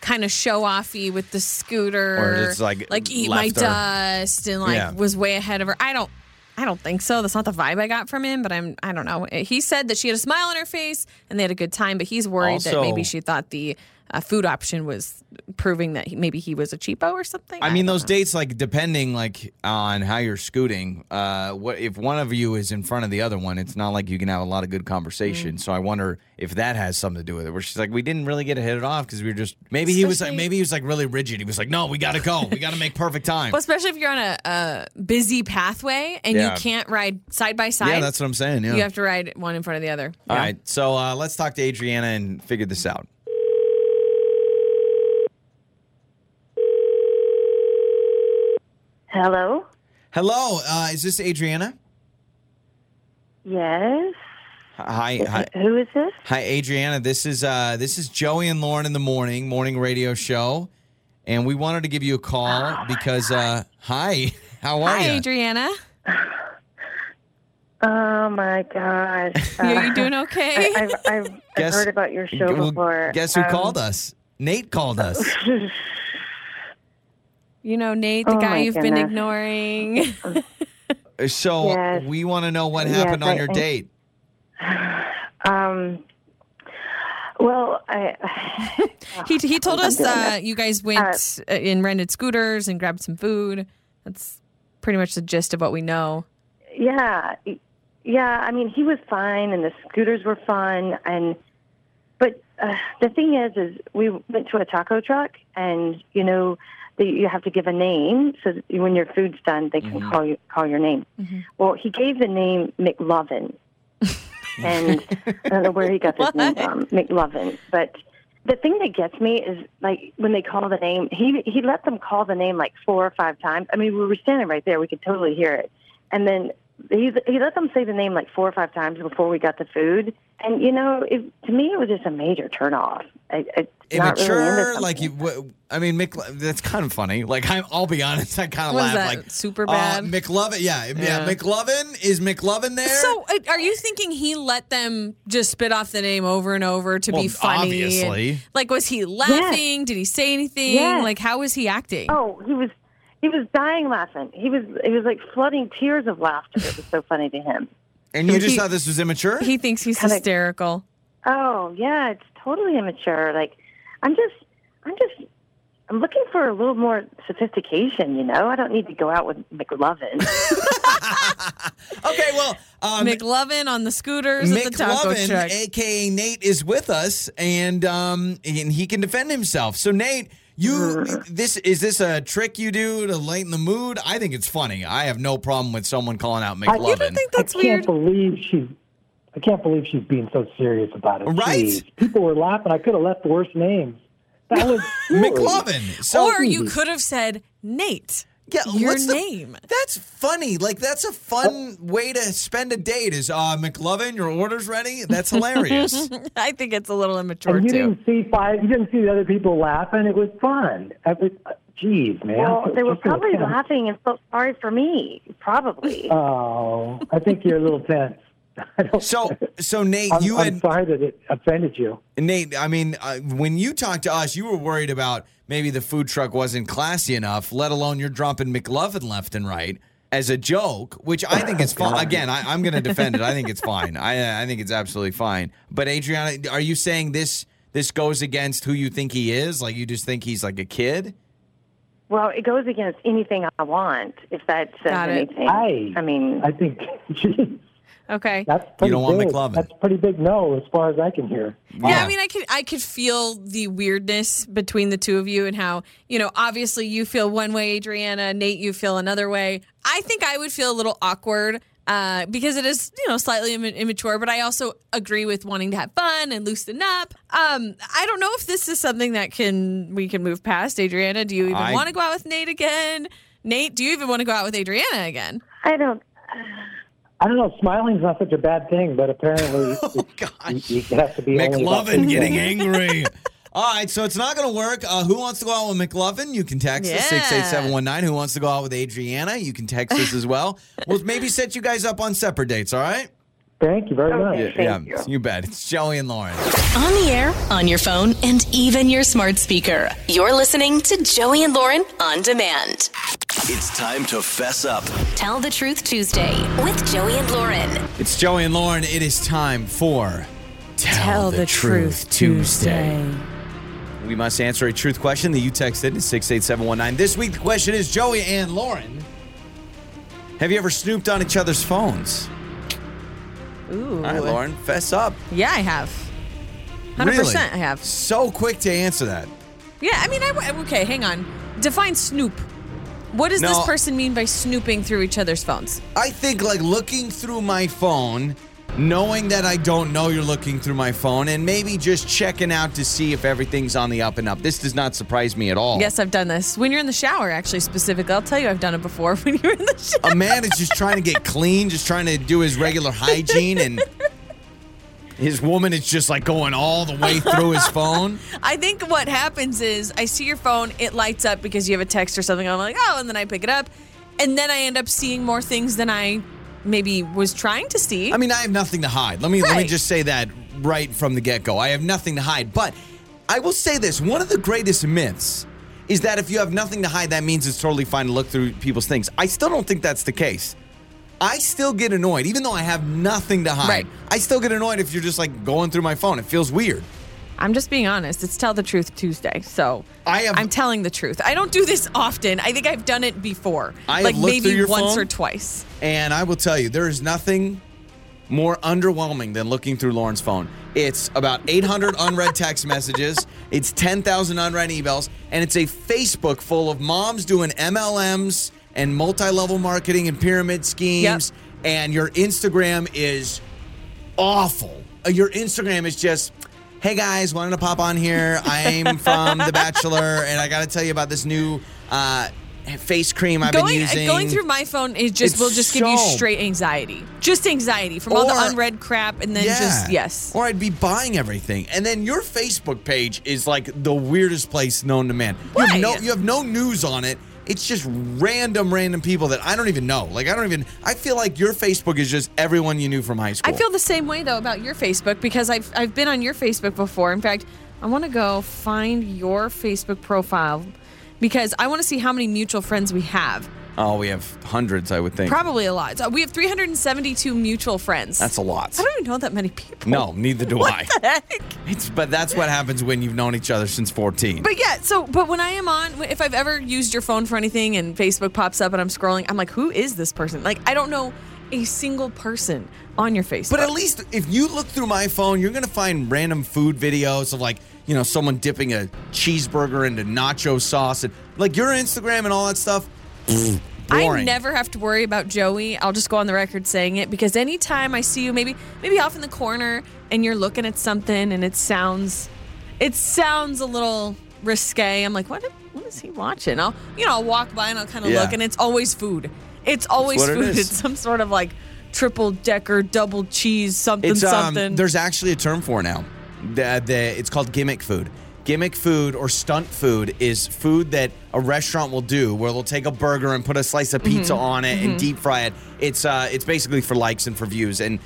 C: kind of show offy with the scooter,
B: Or just, like,
C: eat my
B: left her.
C: dust, and like
B: Yeah.
C: was way ahead of her? I don't, I don't think so. That's not the vibe I got from him. But I'm, I don't know. Eh, He said that she had a smile on her face and they had a good time, but he's worried that
B: Also-
C: maybe she thought the uh, food option was proving that he, maybe he was a cheapo or something.
B: I mean,
C: don't
B: those
C: know.
B: dates, like depending, like on how you're scooting. Uh, what if one of you is in front of the other one? It's not like you can have a lot of good conversation.
C: Mm.
B: So I wonder if that has something to do with it. Where she's like, we didn't really get to hit it off because we were just maybe he was like
C: Especially-
B: maybe he was like really rigid. He was like, no, we gotta go. We gotta make perfect time.
C: Well, especially if you're on a, a busy pathway and
B: Yeah.
C: you can't ride side by side.
B: yeah, that's what I'm saying. Yeah.
C: You have to ride one in front of the other.
B: All right, so uh, let's talk to Adriana and figure this out.
H: Hello?
B: Hello, uh, is this Adriana?
H: Yes?
B: Hi, hi,
H: Who is this?
B: Hi, Adriana. This is uh, this is Joey and Lauren in the morning morning radio show, and we wanted to give you a call because uh, hi, how are
C: Hi,
B: you?
C: Adriana.
H: Oh my gosh. Uh,
C: Are you doing okay?
H: I, I've, I've,
B: Guess-
H: I've heard about your show before.
B: guess who
H: Um,
B: called us? Nate called us.
C: You know, Nate, the
F: Oh
C: guy
F: my
C: you've been
F: goodness.
C: ignoring.
B: So
F: Yes.
B: we want to know what
F: Yes,
B: happened on
F: I-
B: your
F: I-
B: date.
F: Um, well, I.
C: he, he told us
F: doing
C: uh, you guys went uh, and rented scooters and grabbed some food. That's pretty much the gist of what we know.
F: yeah y- yeah i mean he was fine and the scooters were fun and but uh, the thing is is we went to a taco truck and you know the, you have to give a name so that when your food's done they can call you call your name well he gave the name mclovin and i don't know where he got this name from mclovin but the thing that gets me is like when they call the name he he let them call the name like four or five times i mean we were standing right there we could totally hear it and then he he let them say the name like four or five times before we got the food. And you know, it, to me, it was just a major turnoff. I, I, not really
B: Immature,
F: into something.
B: like you. wh- I mean, Mc, that's kind of funny. Like I'm, I'll be honest, I kind of
C: What
B: laugh.
C: is that,
B: Like
C: Superbad?
B: uh, McLovin. Yeah, yeah,
C: Yeah.
B: McLovin is McLovin there.
C: So, uh, are you thinking he let them just spit off the name over and over to
B: Well,
C: be funny?
B: obviously.
C: And, like, was he laughing? Did he say anything?
F: Yes.
C: Like, how was he acting?
F: oh, he was he was dying laughing. He was he was like flooding tears of laughter. It was so funny to him.
B: and you just
C: he-
B: thought this was immature.
C: He thinks he's
F: Kinda-
C: hysterical.
F: Oh yeah, it's totally immature. Like I'm just I'm just I'm looking for a little more sophistication. You know, I don't need to go out with McLovin.
B: okay, well, um,
C: McLovin on the scooters at the taco
B: McLovin,
C: truck.
B: aka Nate, is with us, and um, and he can defend himself. So Nate, you this is this a trick you do to lighten the mood? I think it's funny. I have no problem with someone calling out McLovin.
C: you don't think that's
G: I
C: weird?
G: can't believe she's. I can't believe she's being so serious about it.
B: Right?
G: Jeez. People were laughing. I could have left worse names. That was
B: McLovin. So
C: or you could have said Nate.
B: Yeah,
C: your
B: what's the-
C: name.
B: That's funny. Like that's a fun way to spend a date. Is uh, McLovin your orders ready? That's hilarious.
C: I think it's a little immature
G: And you
C: too.
G: didn't see five. You didn't see the other people laughing. It was fun. I was, geez, man.
F: well, they were
G: Just a little
F: probably
G: tense.
F: laughing and felt sorry for me. Probably.
G: Oh, I think you're a little tense. I don't,
B: so so Nate,
G: I'm,
B: you
G: I'm
B: had
G: sorry that it offended you.
B: Nate. I mean, uh, when you talked to us, you were worried about maybe the food truck wasn't classy enough. Let alone you're dropping McLovin left and right as a joke, which I think is fine. Again, I, I'm going to defend it. I think it's fine. I I think it's absolutely fine. But Adriana, are you saying this? This goes against who you think he is. Like you just think he's like a kid.
F: Well, it goes against anything I want, if that says
C: Got it.
F: anything.
G: I,
F: I mean,
G: I think, geez,
C: Okay.
G: that's pretty
B: don't want
G: big.
B: McLovin.
G: That's a pretty big no, as far as I can hear.
C: Yeah, I mean, I could I could feel the weirdness between the two of you and how you know obviously you feel one way, Adriana, Nate, you feel another way. I think I would feel a little awkward uh, because it is you know slightly Im- immature, but I also agree with wanting to have fun and loosen up. Um, I don't know if this is something that can we can move past, Adriana. Do you even
B: I-
C: want to go out with Nate again? Nate, do you even want to go out with Adriana again?
F: I don't.
G: I don't know. Smiling's not such a bad thing, but apparently,
B: Oh gosh.
G: you, you have to be only about
B: McLovin
G: two
B: getting
G: things.
B: angry. All right, so it's not going to work. Uh, who wants to go out with McLovin? You can text us
C: Yeah.
B: 68719. Who wants to go out with Adriana? You can text us as well. We'll maybe set you guys up on separate dates, all right?
G: Thank you very much.
F: Okay. Thank
B: yeah,
F: you.
B: bet. It's Joey and Lauren.
A: On the air, on your phone, and even your smart speaker. You're listening to Joey and Lauren on demand.
E: It's time to fess up.
A: Tell the Truth Tuesday with Joey and Lauren.
B: It's Joey and Lauren. It is time for Tell, We must answer a truth question that you texted to 68719. This week, the question is Joey and Lauren, have you ever snooped on each other's phones?
C: Ooh,
B: All right, Lauren, fess up.
C: yeah, I have. Hundred
B: Really?
C: percent, I have.
B: So quick to answer that.
C: Yeah, I mean, I w- okay. Hang on. Define snoop. What does
B: No.
C: this person mean by snooping through each other's phones?
B: I think like looking through my phone, knowing that I don't know you're looking through my phone, and maybe just checking out to see if everything's on the up and up. This does not surprise me at all.
C: Yes, I've done this. When you're in the shower, actually, specifically, I'll tell you I've done it before. When you're in the shower,
B: A man is just trying to get clean, just trying to do his regular hygiene, and his woman is just like going all the way through his phone.
C: I think what happens is I see your phone, it lights up because you have a text or something. I'm like, oh, and then I pick it up, and then I end up seeing more things than I maybe was trying to see.
B: I mean, I have nothing to hide. Let me let me
C: Right.
B: just say that right from the get go. I have nothing to hide, but I will say this one of the greatest myths is that if you have nothing to hide, that means it's totally fine to look through people's things. I still don't think that's the case. I still get annoyed, even though I have nothing to hide.
C: Right.
B: I still get annoyed if you're just like going through my phone. It feels weird.
C: I'm just being honest. It's Tell the Truth Tuesday. So
B: I have-
C: I'm telling the truth. I don't do this often. I think I've done it before.
B: I have
C: like
B: looked
C: maybe
B: through your
C: once
B: phone.
C: or twice.
B: And I will tell you, there is nothing more underwhelming than looking through Lauren's phone. It's about 800 unread text messages, it's 10,000 unread emails, and it's a Facebook full of moms doing MLMs and multi level marketing and pyramid schemes. And your Instagram is awful. Uh, Your Instagram is just, hey guys, wanted to pop on here. I'm from The Bachelor, and I got to tell you about this new uh, face cream I've
C: going uh,
B: been using.
C: going through my phone is just
B: It's
C: will just give you
B: so-
C: straight anxiety. Just anxiety from all
B: Or-
C: the unread crap and then just yes.
B: Or I'd be buying everything. And then your Facebook page is like the weirdest place known to man. You have
C: Right.
B: no you have no news on it. It's just random, random people that I don't even know. Like I don't even I feel like your Facebook is just everyone you knew from high school.
C: I feel the same way though about your Facebook because I've I've been on your Facebook before. In fact, I want to go find your Facebook profile because I want to see how many mutual friends we have.
B: Oh, we have hundreds, I would think.
C: Probably a lot. So we have 372 mutual friends.
B: That's a lot.
C: I don't even know that many people.
B: No, neither do I.
C: What the heck?
B: It's, but that's what happens when you've known each other since 14.
C: But yeah, so but when I am on, if I've ever used your phone for anything and Facebook pops up and I'm scrolling, I'm like, who is this person? Like I don't know a single person on your Facebook.
B: But at least if you look through my phone, you're gonna find random food videos of like, you know, someone dipping a cheeseburger into nacho sauce and like your Instagram and all that stuff. pfft,
C: I
B: boring.
C: never have to worry about Joey. I'll just go on the record saying it because anytime I see you, maybe maybe off in the corner and you're looking at something and it sounds it sounds a little risque. I'm like, what what is he watching? I'll you know, I'll walk by and I'll kinda
B: Yeah.
C: look and it's always food. It's always
B: what it
C: food.
B: is.
C: it's some sort of like triple decker, double cheese, something
B: It's um,
C: something.
B: there's actually a term for it now. The, the, it's called gimmick food. Gimmick food or stunt food is food that a restaurant will do where they'll take a burger and put a slice of pizza
C: Mm-hmm.
B: on it and deep fry it. It's uh, it's basically for likes and for views, and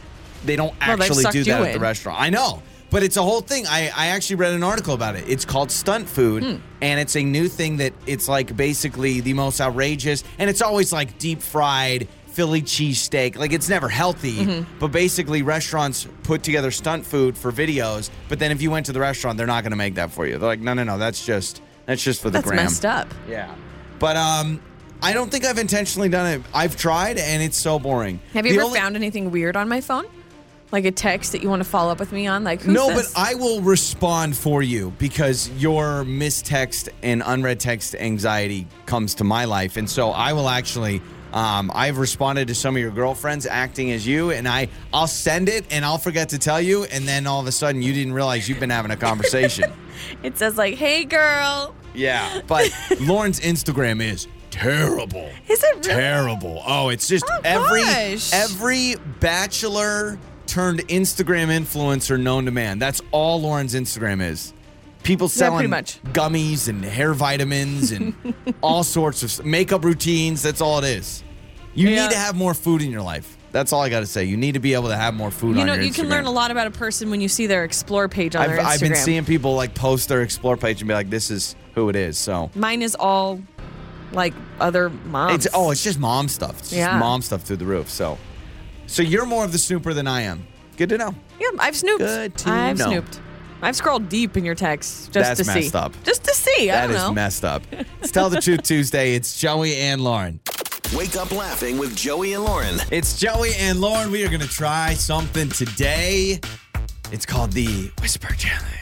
B: they don't
C: they've
B: actually
C: sucked
B: do that
C: you
B: at the
C: in.
B: restaurant. I know, but it's a whole thing. I, I actually read an article about it. It's called stunt food,
C: Hmm.
B: and it's a new thing that it's like basically the most outrageous, and it's always like deep fried Philly cheesesteak. Like it's never healthy,
C: Mm-hmm.
B: but basically restaurants put together stunt food for videos. But then if you went to the restaurant, they're not going to make that for you. They're like, no, no, no, that's just that's just for the
C: That's
B: gram.
C: messed up.
B: Yeah, but um. I don't think I've intentionally done it. I've tried and it's so boring.
C: Have you
B: The
C: ever
B: only-
C: found anything weird on my phone? Like a text that you want to follow up with me on? Like who's
B: No,
C: this?
B: but I will respond for you because your mistext and unread text anxiety comes to my life, and so I will actually. Um, I've responded to some of your girlfriends acting as you, and I I'll send it, and I'll forget to tell you, and then all of a sudden you didn't realize you've been having a conversation.
C: it says like, Hey girl.
B: yeah, but Lauren's Instagram is terrible.
C: Is it really?
B: terrible? Oh, it's just
C: Oh,
B: every
C: gosh.
B: every bachelor turned Instagram influencer known to man. That's all Lauren's Instagram is. People selling
C: pretty much.
B: gummies and hair vitamins and all sorts of s- makeup routines. That's all it is. You
C: Yeah.
B: need to have more food in your life. That's all I got to say. You need to be able to have more food
C: You
B: on
C: know,
B: your
C: you can
B: Instagram.
C: learn a lot about a person when you see their explore page on
B: I've,
C: their Instagram.
B: I've been seeing people like post their explore page and be like, "This is who it is." So
C: Mine is all like other moms.
B: It's oh, it's just mom stuff. It's just
C: Yeah.
B: mom stuff through the roof. So, so you're more of the snooper than I am. Good to know.
C: yeah. I've snooped.
B: Good to
C: I've
B: know.
C: snooped. I've scrolled deep in your texts just
B: That's
C: to see.
B: messed up.
C: Just to see.
B: That
C: I don't
B: is
C: know.
B: messed up. It's Tell the Truth Tuesday. It's Joey and Lauren.
E: Wake up laughing with Joey and Lauren.
B: It's Joey and Lauren. We are going to try something today. It's called the Whisper Challenge.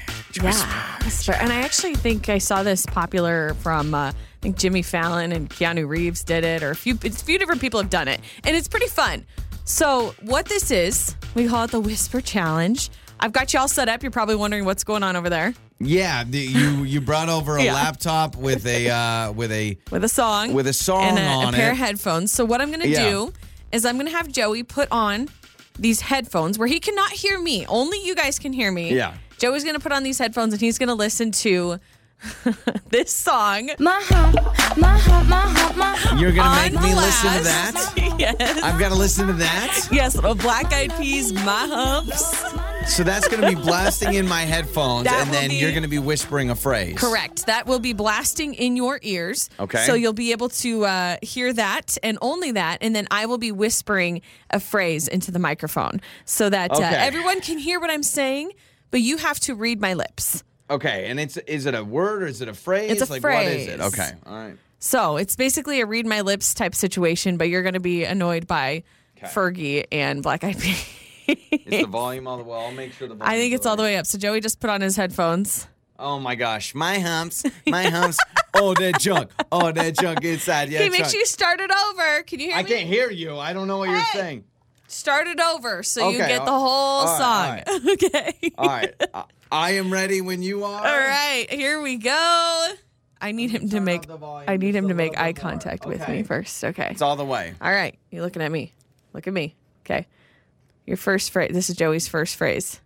C: yeah. whisper. And I actually think I saw this popular from uh, I think Jimmy Fallon and Keanu Reeves did it, or a few it's a few different people have done it, and it's pretty fun. So what this is, we call it the Whisper Challenge. I've got you all set up. You're probably wondering what's going on over there
B: Yeah, the, you you brought over a
C: Yeah.
B: laptop with a uh, with a
C: with a song,
B: With a song
C: and a, a
B: on
C: pair
B: it.
C: of headphones. So what I'm gonna
B: Yeah.
C: do is I'm gonna have Joey put on these headphones where he cannot hear me. Only you guys can hear me.
B: Yeah.
C: Joey's gonna put on these headphones and he's gonna listen to this song.
H: My heart, my heart, my heart, my heart.
B: you're gonna
C: on
B: make
C: the
B: me listen to
C: last-
B: that.
C: yes.
B: I've got to listen to that.
C: Yes, little black eyed peas, my humps.
B: So that's going to be blasting in my headphones,
C: That
B: and
C: will
B: then
C: be-
B: you're going to be whispering a phrase.
C: Correct. That will be blasting in your ears.
B: Okay.
C: So you'll be able to uh, hear that and only that. And then I will be whispering a phrase into the microphone so that uh,
B: Okay.
C: everyone can hear what I'm saying, but you have to read my lips.
B: Okay, and it's is it a word or is it a phrase?
C: It's a
B: like what is it?
C: phrase.
B: Okay, all right.
C: So it's basically a read my lips type situation, but you're going to be annoyed by Fergie and Black Eyed Peas.
B: Is the volume all the way? I'll make sure the volume.
C: I think it's all the way up. So Joey just put on his headphones.
B: Oh my gosh, my humps, my humps. oh that junk, oh that junk inside. Yeah,
C: Okay, make sure you start it over. Can you hear
B: I
C: me?
B: can't hear you. I don't know what you're saying.
C: Start it over so you
B: Okay,
C: get
B: all-
C: the whole
B: all right,
C: song. okay.
B: All right, I, I am ready when you are.
C: All right, here we go. I need him to
B: turn
C: make
B: up the volume
C: I need
B: just
C: him
B: a
C: to
B: little
C: make
B: bit
C: eye
B: more.
C: contact with
B: Okay.
C: me first. Okay.
B: It's all the way.
C: All right, you're looking at me. Look at me. Okay. Your first phrase. This is Joey's first phrase.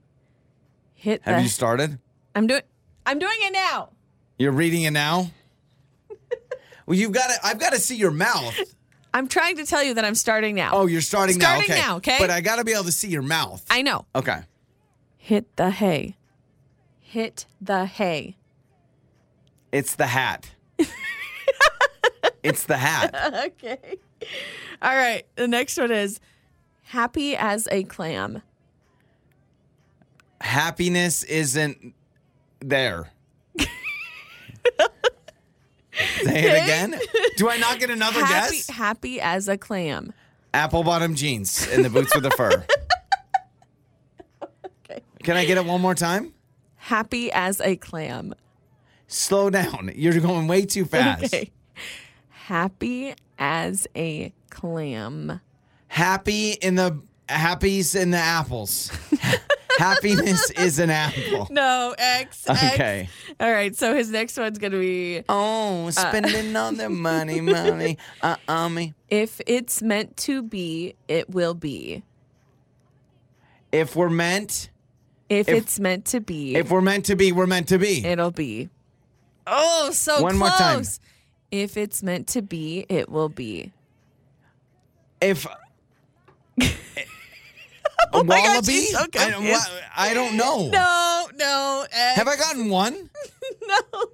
C: Hit
B: Have
C: the
B: you started?
C: I'm doing I'm doing it now.
B: You're reading it now. well, you've got to. I've got to see your mouth.
C: I'm trying to tell you that I'm starting now.
B: Oh, you're starting,
C: Starting
B: now. Okay.
C: now, okay?
B: But I got to be able to see your mouth.
C: I know.
B: okay.
C: Hit the hay. Hit the hay.
B: It's the hat. it's the hat.
C: Okay. All right. The next one is happy as a clam.
B: Happiness isn't there. Say it again. Do I not get another
C: Happy,
B: guess?
C: happy as a clam.
B: Apple bottom jeans and the boots with the fur. Can I get it one more time?
C: Happy as a clam.
B: Slow down. You're going way too fast.
C: Okay. Happy as a clam.
B: Happy in the happies in the apples. Happiness is an apple.
C: No, X. X.
B: Okay.
C: All right. So his next one's going to be
B: Oh, spending all their money, money, uh, uh, me.
C: If it's meant to be, it will be.
B: If we're meant,
C: If, it's meant to be,
B: if we're meant to be, we're meant to be.
C: it'll be. Oh, so
B: One
C: close.
B: more time.
C: If it's meant to be, it will be.
B: If a wallaby, I, don't- wa- I don't know.
C: No, no, X.
B: Have I gotten one? no.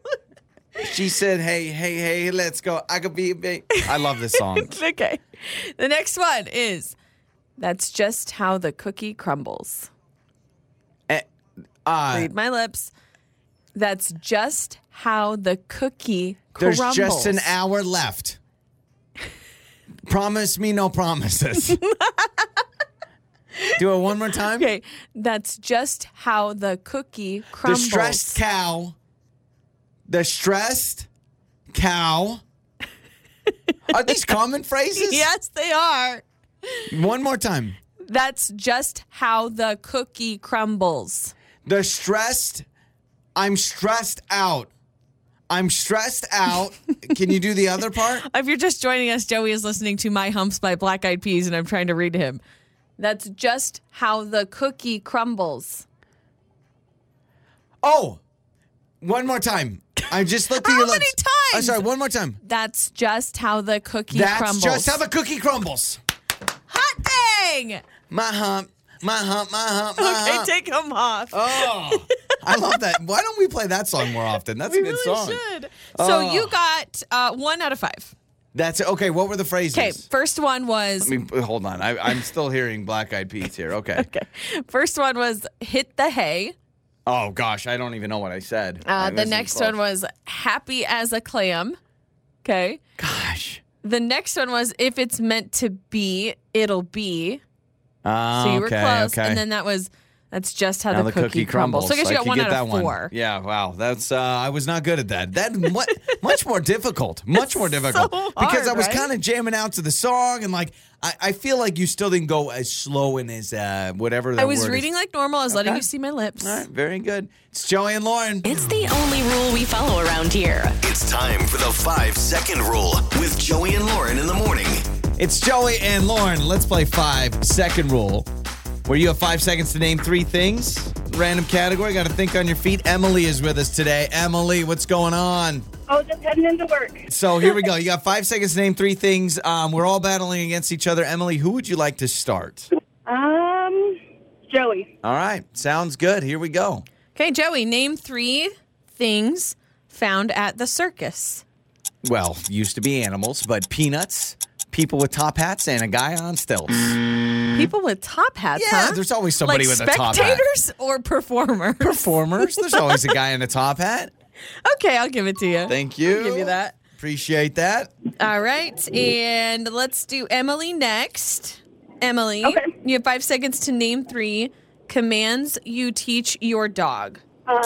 B: She said, "Hey, hey, hey, let's go. I could be a big." I love this song.
C: okay. The next one is that's just how the cookie crumbles.
B: Eh, uh,
C: Read my lips. That's just how the cookie
B: there's
C: crumbles.
B: just an hour left. Promise me no promises. Do it one more time.
C: Okay, that's just how the cookie crumbles.
B: The stressed cow. The stressed cow. Are these common phrases?
C: Yes, they are.
B: One more time.
C: That's just how the cookie crumbles.
B: The stressed. I'm stressed out. I'm stressed out. Can you do the other part?
C: If you're just joining us, Joey is listening to My Humps by Black Eyed Peas, and I'm trying to read him. That's just how the cookie crumbles.
B: Oh, one more time. I just looked at
C: How
B: your
C: many
B: lips. I'm
C: times?
B: sorry. One more time.
C: That's just how the cookie
B: That's
C: crumbles.
B: just how the cookie crumbles.
C: hot dang.
B: My hump. My hump. My hump. My
C: Okay,
B: hump.
C: take them off.
B: oh, I love that. Why don't we play that song more often? That's a
C: we
B: good
C: really
B: song.
C: should.
B: Oh.
C: So you got uh, one out of five.
B: That's okay. What were the phrases?
C: Okay, first one was
B: I mean, hold on. I, I'm still hearing Black Eyed Peas here. Okay.
C: first one was hit the hay.
B: Oh gosh, I don't even know what I said.
C: Uh, the next one was happy as a clam. Okay.
B: gosh.
C: The next one was if it's meant to be, it'll be. So you were close. And then that was that's just how
B: now
C: the, cookie, crumbles. So I guess you got
B: could
C: one
B: get
C: out
B: that
C: of four.
B: Yeah. Wow. That's. Uh, I was not good at that. That what much more difficult. Much more difficult
C: so
B: because
C: hard,
B: I was
C: right?
B: kind of jamming out to the song and like I, I feel like you still didn't go as slow and as uh, whatever. That
C: I was
B: word is.
C: reading like normal. I was letting
B: Okay.
C: you see my lips.
B: All right. Very good. It's Joey and Lauren.
A: It's the only rule we follow around here.
E: It's time for the five second rule with Joey and Lauren in the morning.
B: It's Joey and Lauren. Let's play five second rule, where you have five seconds to name three things. Random category. Got to think on your feet. Emily is with us today. Emily, what's going on?
I: Oh, just heading into work.
B: So here we go. You got five seconds to name three things. Um, we're all battling against each other. Emily, who would you like to start?
I: Um, Joey.
B: All right. Sounds good. Here we go.
C: Okay, Joey, name three things found at the circus.
B: Well, used to be animals, but peanuts, people with top hats, and a guy on stilts.
C: People with top hats,
B: Mm-hmm. Yeah,
C: huh?
B: there's always somebody
C: Like
B: with a top hat.
C: Spectators or performers?
B: Performers. There's always a guy in a top hat.
C: okay, I'll give it to you.
B: Thank you.
C: I'll give you that.
B: Appreciate that.
C: All right, and let's do Emily next. Emily, you have five seconds to name three commands you teach your dog.
I: Um,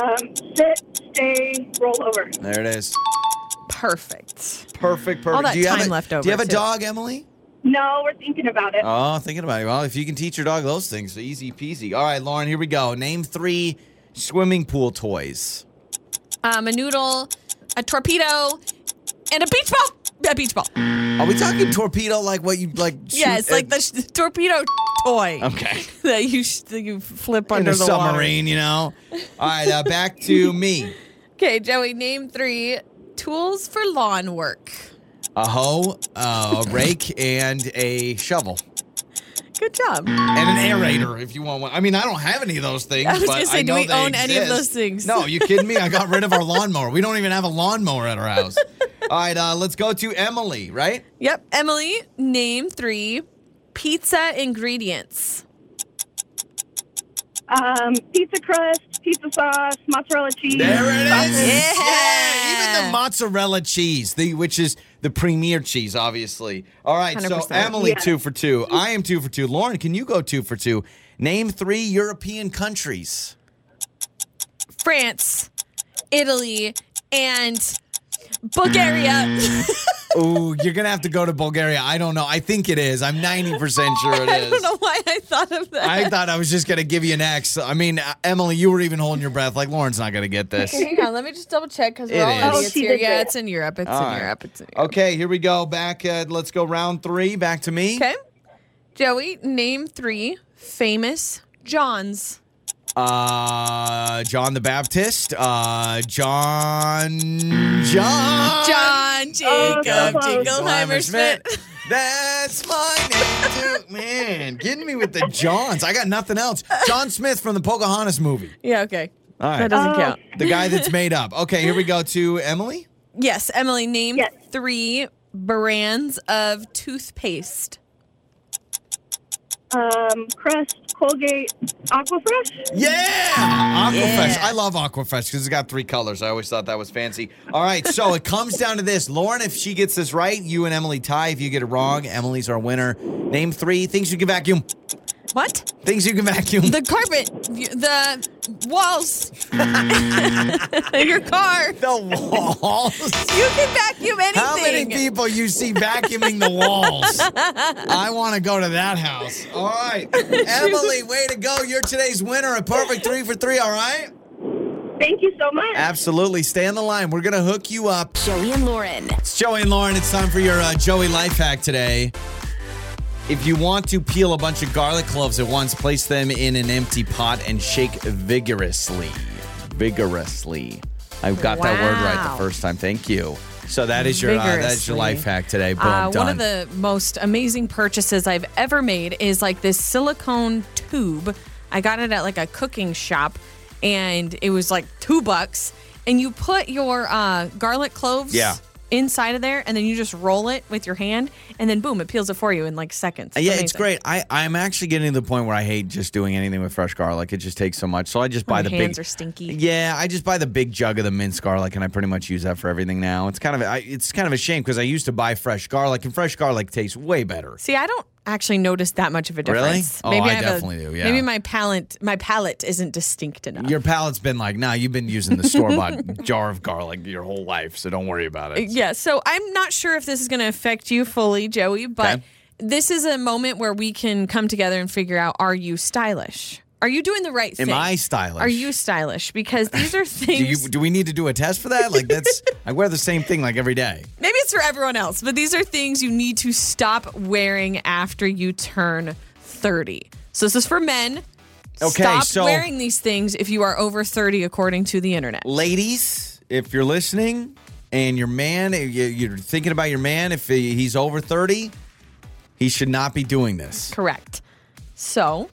I: sit, stay, roll over.
B: There it is.
C: Perfect.
B: Perfect. Perfect.
C: All that
B: do you have
C: time
B: a,
C: left
B: Do
C: over,
B: you have a
C: too.
B: dog, Emily?
I: No, we're thinking about it.
B: Oh, thinking about it. Well, if you can teach your dog those things, easy peasy. All right, Lauren, here we go. Name three swimming pool toys.
C: Um, a noodle, a torpedo, and a beach ball. A beach ball.
B: Are we talking torpedo like what you like? Mm, shoot
C: Yes,
B: at-
C: like the sh- torpedo toy
B: Okay.
C: that you sh- that you flip
B: In
C: under
B: a
C: the
B: submarine, you know? All right, uh, back to me.
C: water. Okay, Joey, name three tools for lawn work.
B: A hoe, uh, a rake, and a shovel.
C: Good job.
B: And an aerator, if you want one. I mean, I don't have any of those things.
C: Mm. I was
B: but
C: gonna say, do
B: know
C: we
B: they
C: own any of
B: exist.
C: those things?
B: No, you kidding me? I got rid of our lawnmower. We don't even have a lawnmower at our house. All right, uh, let's go to Emily, right?
C: Yep, Emily, name three pizza ingredients.
I: Um, pizza crust, pizza sauce, mozzarella cheese.
B: There it is.
C: Yeah.
B: even the mozzarella cheese, the which is the premier cheese, obviously. All right, so
C: 100%.
B: Emily
I: Yeah.
B: two for two. I am two for two. Lauren, can you go two for two? Name three European countries.
C: France, Italy, and Bulgaria.
B: Ooh, you're gonna have to go to Bulgaria. I don't know. I think it is. I'm 90 percent sure it is.
C: I don't know why I thought of that.
B: I thought I was just gonna give you an X. I mean, uh, Emily, you were even holding your breath. Like Lauren's not gonna get this.
C: Hang on, let me just double check because
B: It
C: we're all
B: is.
C: idiots
I: Oh, she
C: here.
I: did
C: Yeah,
I: it.
C: it's in Europe. It's
B: All
C: in
B: right.
C: Europe. It's in Europe.
B: Okay, here we go. Back. Uh, let's go round three. Back to me.
C: Okay. Joey, name three famous Johns.
B: Uh, John the Baptist. Uh, John. John.
C: John Jacob
I: so close.
C: Jingleheimer Schmidt.
B: That's my name, too. Man, getting me with the Johns. I got nothing else. John Smith from the Pocahontas movie.
C: Yeah, okay.
B: All
C: That
B: right.
C: doesn't count.
B: The guy that's made up. Okay, here we go to Emily.
C: Yes, Emily, name
I: Yes.
C: three brands of toothpaste.
I: Um, crust, Colgate, Aquafresh.
B: Yeah, Aquafresh.
C: Yeah.
B: I love Aquafresh because it's got three colors. I always thought that was fancy. All right, so it comes down to this, Lauren. If she gets this right, you and Emily tie. If you get it wrong, Emily's our winner. Name three things you can vacuum.
C: What?
B: Things you can vacuum.
C: The carpet, the walls,
B: Mm.
C: your car.
B: The walls.
C: You can vacuum anything.
B: How many people you see vacuuming the walls? I want to go to that house. All right, Emily, way to go! You're today's winner. A perfect three for three. All right.
I: Thank you so much.
B: Absolutely. Stay on the line. We're gonna hook you up.
A: Joey and Lauren.
B: It's Joey and Lauren. It's time for your uh, Joey life hack today. If you want to peel a bunch of garlic cloves at once, place them in an empty pot and shake vigorously. Vigorously. I got that word right
C: Wow.
B: the first time. Thank you. So that is your uh, that's your
C: Vigorously.
B: life hack today. Boom,
C: Uh,
B: done.
C: one of the most amazing purchases I've ever made is like this silicone tube. I got it at like a cooking shop and it was like two bucks. And you put your uh, garlic cloves
B: Yeah.
C: inside of there and then you just roll it with your hand and then boom, it peels it for you in like seconds.
B: yeah, it's
C: amazing.
B: great. I, I'm actually getting to the point where I hate just doing anything with fresh garlic. It just takes so much. So I just buy
C: My
B: the
C: hands
B: big
C: are stinky.
B: Yeah, I just buy the big jug of the minced garlic, and I pretty much use that for everything now. It's kind of I, it's kind of a shame because I used to buy fresh garlic, and fresh garlic tastes way better.
C: See, I don't actually notice that much of a
B: Really?
C: difference.
B: Oh, I
C: have
B: definitely do, yeah.
C: Maybe my palate, my palate isn't distinct enough.
B: Your palate's been like, nah, you've been using the store bought jar of garlic your whole life, so don't worry about it.
C: Yeah, so I'm not sure if this is going to affect you fully, Joey, but
B: Okay.
C: this is a moment where we can come together and figure out are you stylish? Are you doing the right
B: Am
C: thing?
B: I stylish?
C: Are you stylish? Because these are things.
B: Do, you, do we need to do a test for that? Like that's I wear the same thing like every day.
C: maybe it's for everyone else, but these are things you need to stop wearing after you turn 30. So this is for men.
B: Okay,
C: Stop
B: so-
C: wearing these things if you are over 30, according to the internet.
B: ladies, if you're listening and your man, you- you're thinking about your man, if he- he's over 30, he should not be doing this.
C: Correct. So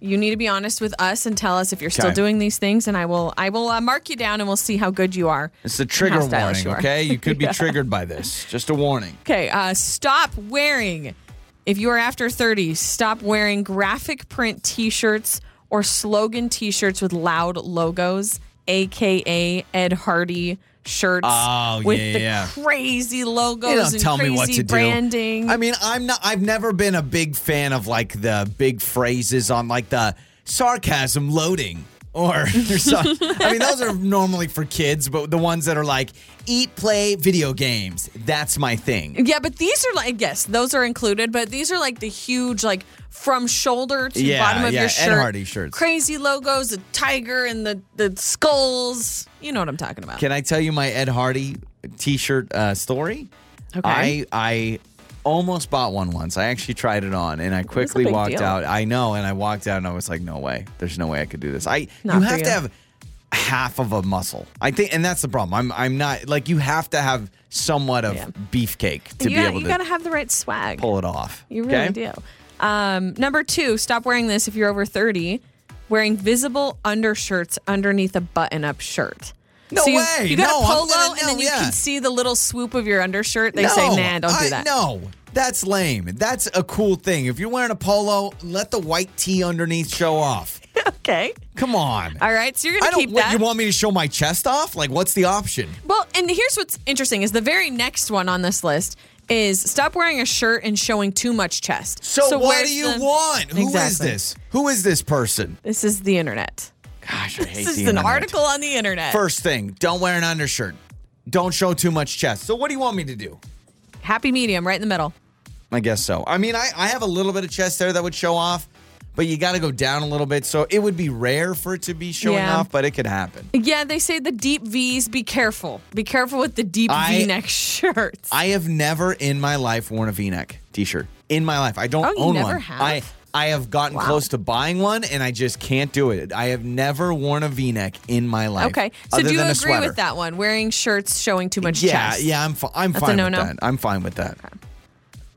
C: you need to be honest with us and tell us if you're still
B: Okay.
C: doing these things, and I will I will uh, mark you down and we'll see how good you are.
B: It's a trigger
C: How stylish
B: warning,
C: you are.
B: okay? You could be triggered by this. Just a warning.
C: Okay, uh, stop wearing. If you are after 30, stop wearing graphic print t shirts or slogan t shirts with loud logos, AKA Ed Hardy shirts
B: Oh,
C: with
B: yeah,
C: the
B: yeah.
C: crazy logos
B: You don't
C: and
B: tell
C: crazy
B: me what to
C: branding.
B: do. I mean, I'm not. I've never been a big fan of like the big phrases on like the sarcasm loading. Or, or some- I mean, those are normally for kids, but the ones that are like eat, play video games. That's my thing.
C: yeah, but these are like, yes, those are included, but these are like the huge, like from shoulder to
B: Yeah,
C: bottom of
B: yeah,
C: your
B: Ed
C: shirt.
B: Hardy shirts.
C: Crazy logos, the tiger and the, the skulls. You know what I'm talking about.
B: Can I tell you my Ed Hardy T-shirt uh, story?
C: Okay.
B: I I almost bought one once. I actually tried it on, and I quickly
C: big
B: walked
C: deal.
B: out. I know, and I walked out, and I was like, "No way! There's no way I could do this." I
C: Not
B: you
C: for
B: have
C: you.
B: to have half of a muscle. I think, and that's the problem. I'm I'm not like you have to have somewhat of
C: Yeah.
B: beefcake to
C: you
B: be
C: gotta,
B: able
C: you
B: to
C: gotta have the right swag.
B: pull it off.
C: You really
B: okay?
C: do. Um, number two, stop wearing this if you're over 30. Wearing visible undershirts underneath a button up shirt.
B: No
C: so you,
B: way.
C: You got
B: No,
C: a
B: I'm
C: polo
B: gonna-
C: and then
B: no,
C: you
B: yeah.
C: can see the little swoop of your undershirt. They say, nah, don't
B: I-
C: do that.
B: No, that's lame. That's a cool thing. If you're wearing a polo, let the white tee underneath show off.
C: Okay.
B: Come on.
C: All right. So you're
B: I
C: going to
B: don't.
C: keep
B: what,
C: that.
B: You want me to show my chest off? Like, what's the option?
C: well, and here's what's interesting is the very next one on this list is stop wearing a shirt and showing too much chest.
B: So, what
C: where's
B: do you
C: the-
B: want? Who is
C: Exactly.
B: this? Who is this person?
C: This is the internet.
B: Gosh, I hate
C: This
B: the
C: is an
B: internet.
C: article on the internet.
B: First thing, don't wear an undershirt. Don't show too much chest. So what do you want me to do?
C: Happy medium right in the middle.
B: I guess so. I mean, I, I have a little bit of chest there that would show off, but you got to go down a little bit. So it would be rare for it to be showing
C: Yeah.
B: off, but it could happen.
C: Yeah, they say the deep V's. Be careful. Be careful with the deep
B: I-
C: V-neck shirts.
B: I have never in my life worn a V-neck T-shirt. In my life, I don't
C: Oh, you
B: own
C: never
B: one.
C: have?
B: I I have gotten close to buying one, and I just can't do it. I have never worn a V-neck in my life.
C: okay, so
B: other
C: do you
B: than a
C: agree
B: sweater.
C: with that one? Wearing shirts showing too much
B: Yeah,
C: chest.
B: yeah, I'm fi- I'm
C: That's a
B: fine with
C: no-no?
B: that. I'm fine with that.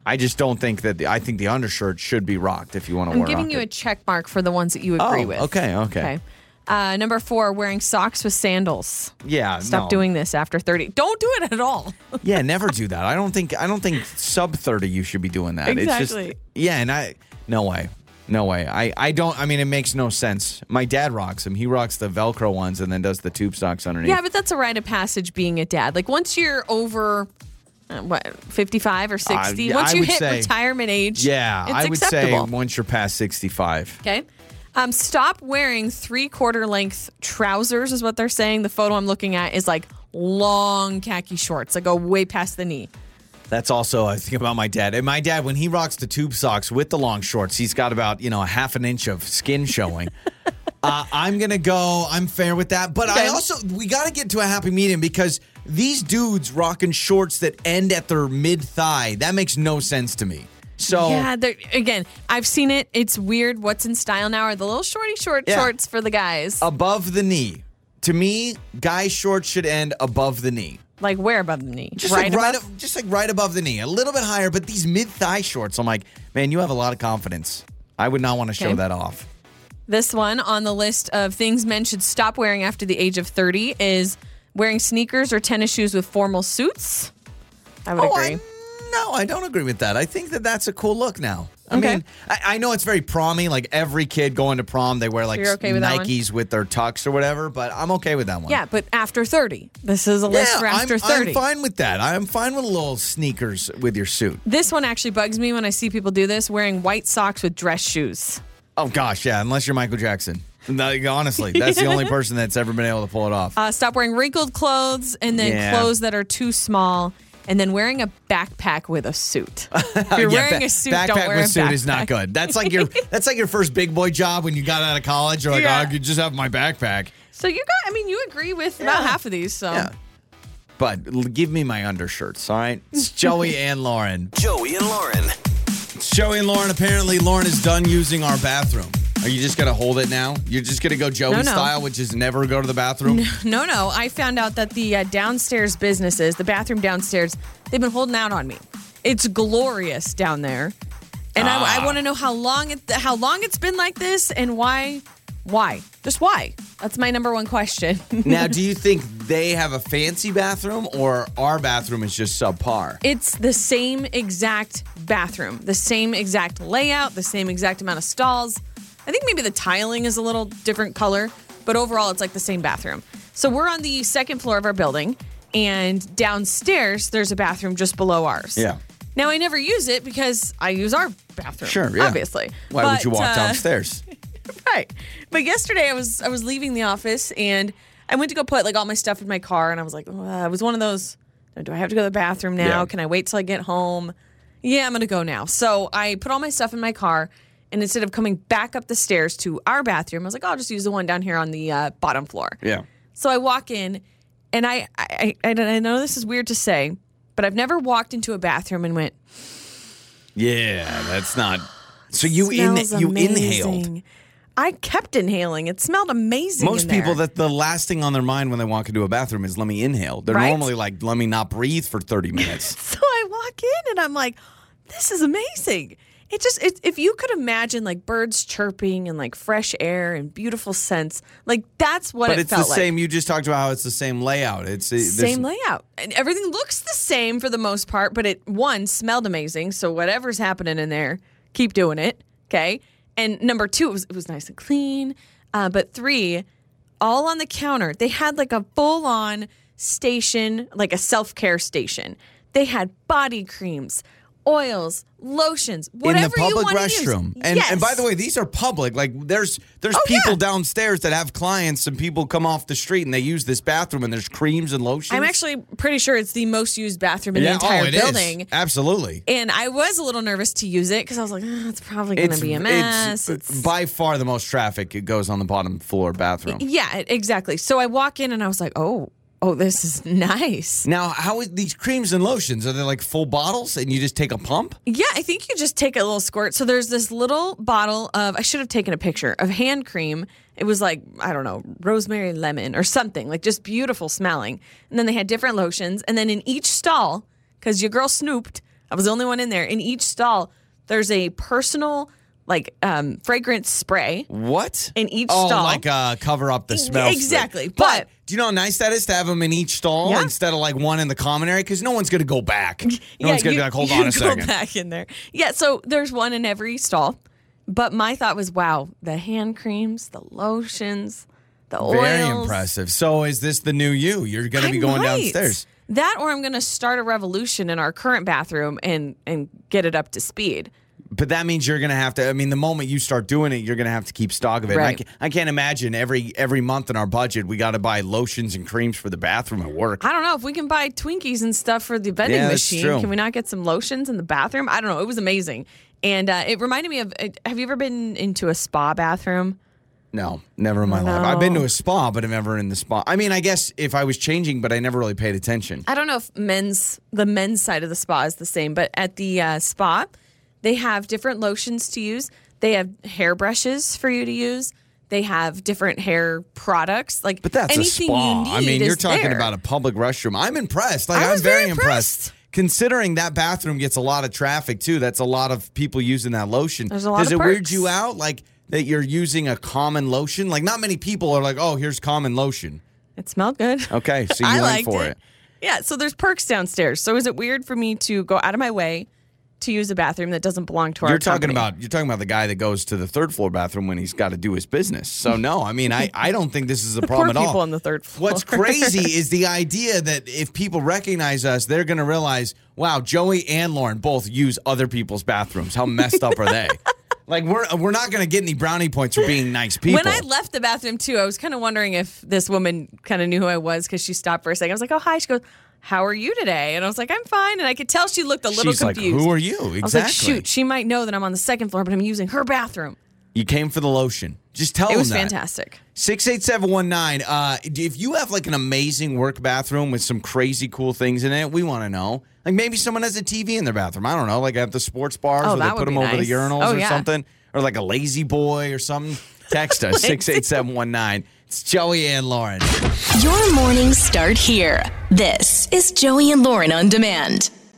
B: I just don't think that. The, I think the undershirt should be rocked if you want to
C: I'm
B: wear.
C: giving you a check mark for the ones that you agree
B: Oh,
C: with.
B: okay, okay.
C: Uh, number four, wearing socks with sandals.
B: yeah.
C: Stop
B: no.
C: doing this after 30. Don't do it at all.
B: Yeah, never do that. I don't think I don't think sub 30 you should be doing that. It's
C: Exactly.
B: just Yeah, and I no way. No way. I I don't I mean it makes no sense. My dad rocks them. He rocks the velcro ones and then does the tube socks underneath.
C: yeah, but that's a rite of passage being a dad. Like once you're over, uh, what, 55 or 60,
B: yeah,
C: once
B: I
C: you
B: would
C: hit
B: say-
C: retirement age,
B: Yeah,
C: it's
B: I would
C: acceptable.
B: say once you're past 65.
C: Okay. Um, stop wearing three quarter length trousers, is what they're saying. The photo I'm looking at is like long khaki shorts that go way past the knee.
B: That's also I think about my dad. And my dad when he rocks the tube socks with the long shorts, he's got about, you know, a half an inch of skin showing. Uh, I'm gonna go. I'm fair with that, but I
C: Okay.
B: also we got to get to a happy medium because these dudes rocking shorts that end at their mid thigh that makes no sense to me. So
C: Yeah, they're, again, I've seen it. It's weird. What's in style now are the little shorty short
B: Yeah. Oh.
C: shorts for the guys.
B: above the knee, to me, guy shorts should end above the knee,
C: like where above the knee?
B: just
C: right
B: like right,
C: above?
B: ab- just like right above the knee, a little bit higher. But these mid thigh shorts, I'm like, man, you have a lot of confidence. I would not want to show
C: Okay.
B: that off.
C: This one on the list of things men should stop wearing after the age of 30 is wearing sneakers or tennis shoes with formal suits. I would
B: Oh,
C: agree.
B: I- no, I don't agree with that. I think that that's a cool look now. I
C: Okay.
B: mean, I, I know it's very promy. Like every kid going to prom, they wear like
C: You're okay with that one?
B: Nikes with their tux or whatever. But I'm okay with that one.
C: yeah, but after 30. This is a
B: yeah.
C: list for after
B: I'm,
C: 30.
B: I'm fine with that. I'm fine with little sneakers with your suit.
C: This one actually bugs me when I see people do this wearing white socks with dress shoes.
B: Oh gosh, yeah. Unless you're Michael Jackson. No, honestly, that's the only person that's ever been able to pull it off.
C: Uh, stop wearing wrinkled clothes and then
B: Yeah.
C: clothes that are too small. And then wearing a backpack with a suit. If you're
B: Yeah,
C: wearing
B: ba-
C: a suit,
B: backpack
C: don't wear
B: with
C: a
B: suit is
C: backpack.
B: not good. That's like your that's like your first big boy job when you got out of college. You're like,
C: Yeah.
B: oh, I could just have my backpack.
C: So you got, I mean, you agree with about half of these. So
B: Yeah. But l- give me my undershirts, all right? It's Joey and Lauren.
E: Joey and Lauren.
B: It's Joey and Lauren. Apparently, Lauren is done using our bathroom. Are you just going to hold it now? You're just going to go Joey
C: No, no.
B: style, which is never go to the bathroom?
C: no, no, I found out that the uh, downstairs businesses, the bathroom downstairs, they've been holding out on me. It's glorious down there. And I, I want to know how long it how long it's been like this and why why just why. That's my number one question.
B: now, do you think they have a fancy bathroom or our bathroom is just subpar?
C: It's the same exact bathroom, the same exact layout, the same exact amount of stalls. I think maybe the tiling is a little different color, but overall it's like the same bathroom. So we're on the second floor of our building, and downstairs there's a bathroom just below ours.
B: Yeah.
C: Now I never use it because I use our bathroom.
B: Sure, yeah.
C: Obviously.
B: Why would you
C: But,
B: walk
C: uh,
B: downstairs?
C: Right. But yesterday I was I was leaving the office and I went to go put like all my stuff in my car and I was like, "Ugh," I was one of those. Do I have to go to the bathroom now?
B: Yeah.
C: Can I wait till I get home? Yeah, I'm gonna go now. So I put all my stuff in my car and instead of coming back up the stairs to our bathroom, I was like, "Oh, I'll just use the one down here on the uh, bottom floor.
B: Yeah.
C: So I walk in, and I I, I I know this is weird to say, but I've never walked into a bathroom and went,
B: Yeah, that's not. So you in,
C: "Smells
B: you inhaled.
C: amazing." I kept inhaling. It smelled amazing. in
B: Most
C: there.
B: people that the last thing on their mind when they walk into a bathroom is let me inhale. They're
C: Right?
B: normally like let me not breathe for 30 minutes.
C: So I walk in and I'm like, this is amazing. It just, it, if you could imagine like birds chirping and like fresh air and beautiful scents, like that's what
B: but
C: it
B: it's the
C: felt like.
B: same you just talked about how it's the same layout. It's it, there's-
C: Same layout. And everything looks the same for the most part, but it, one, smelled amazing. So whatever's happening in there, keep doing it. Okay. And number two, it was, it was nice and clean. Uh, but three, all on the counter, they had like a full on station, like a self care station. They had body creams, oils, lotions,
B: in
C: whatever
B: the public
C: you want to
B: restroom.
C: Use.
B: And and by
C: Yes. Oh,
B: the way, these are public. Like there's there's people downstairs that have clients and people come off the street and they use this bathroom and there's creams and lotions.
C: I'm actually pretty sure it's the most used bathroom in
B: yeah,
C: the entire
B: oh, it is.
C: building.
B: Absolutely.
C: And I was a little nervous to use it because I was like, oh, it's probably going to be a mess.
B: it's
C: It's-
B: by far the most traffic it goes on the bottom floor bathroom.
C: yeah, e-, exactly. So I walk in and I was like, oh, oh, this is nice.
B: Now, how is these creams and lotions? Are they like full bottles and you just take a pump?
C: Yeah, I think you just take a little squirt. So there's this little bottle of, I should have taken a picture of hand cream. It was like, I don't know, rosemary lemon or something, like just beautiful smelling. And then they had different lotions. And then in each stall, because your girl snooped, I was the only one in there, in each stall, there's a personal, like, um, fragrance spray.
B: What?
C: In each
B: oh,
C: stall.
B: like uh, cover up the smell.
C: exactly,
B: But,
C: but-
B: do you know how nice that is to have them in each stall
C: Yeah.
B: instead of like one in the common area? Because no one's going to go back. No one's going to be like, hold
C: you
B: on a
C: go
B: second.
C: back in there. Yeah, so there's one in every stall. But my thought was, wow, the hand creams, the lotions, the oils.
B: Very impressive. So is this the new you? You're going to
C: I
B: be going
C: might.
B: downstairs.
C: That, or I'm going to start a revolution in our current bathroom and and get it up to speed.
B: But that means you're going to have to. I mean, the moment you start doing it, you're going to have to keep stock of it. And I,
C: Right.
B: can, I can't imagine every every month in our budget we got to buy lotions and creams for the bathroom at work.
C: I don't know if we can buy Twinkies and stuff for the vending
B: Yeah, that's
C: machine.
B: true.
C: Can we not get some lotions in the bathroom? I don't know. It was amazing, and uh, it reminded me of. uh, Have you ever been into a spa bathroom?
B: No, never in my life. I've been to a spa, but I've never in the spa. I mean, I guess if I was changing, but I never really paid attention.
C: I don't know if men's the men's side of the spa is the same, but at the uh, spa, they have different lotions to use. They have hair brushes for you to use. They have different hair products, like
B: But that's
C: anything
B: a spa.
C: you need.
B: I mean, you're
C: is
B: talking
C: there.
B: about a public restroom. I'm impressed. Like
C: I
B: I'm
C: was very
B: very impressed.
C: impressed.
B: Considering that bathroom gets a lot of traffic too, that's a lot of people using that lotion.
C: There's a lot
B: Does
C: of
B: it weird
C: perks.
B: you out? Like that you're using a common lotion? Like not many people are like, oh, here's common lotion.
C: It smelled good.
B: Okay, so you
C: I
B: went
C: liked
B: for it.
C: it. Yeah, so there's perks downstairs. So is it weird for me to go out of my way to use a bathroom that doesn't belong to our?
B: You're talking
C: company?
B: about you're talking about the guy that goes to the third floor bathroom when he's got to do his business. So no, I mean I, I don't think this is a problem at
C: poor
B: all.
C: people on the third floor.
B: What's crazy is the idea that if people recognize us, they're going to realize, wow, Joey and Lauren both use other people's bathrooms. How messed up are they? Like we're we're not going to get any brownie points for being nice people.
C: When I left the bathroom too, I was kind of wondering if this woman kind of knew who I was because she stopped for a second. I was like, "Oh hi." She goes, "How are you today?" And I was like, "I'm fine." And I could tell she looked a little
B: She's
C: confused.
B: like, who are you? Exactly.
C: I was like, "Shoot, she might know that I'm on the second floor, but I'm using her bathroom."
B: You came for the lotion. Just tell
C: It was
B: them that.
C: fantastic.
B: 68719. Uh, d- if you have like an amazing work bathroom with some crazy cool things in it, we want to know. Like maybe someone has a TV in their bathroom. I don't know. Like at the sports bars
C: Oh,
B: where
C: that
B: they put
C: would
B: them
C: be
B: over the
C: nice.
B: urinals
C: Oh,
B: or
C: yeah.
B: something, or like a lazy boy or something. Text us 68719. It's Joey and Lauren.
A: Your mornings start here. This is Joey and Lauren on demand.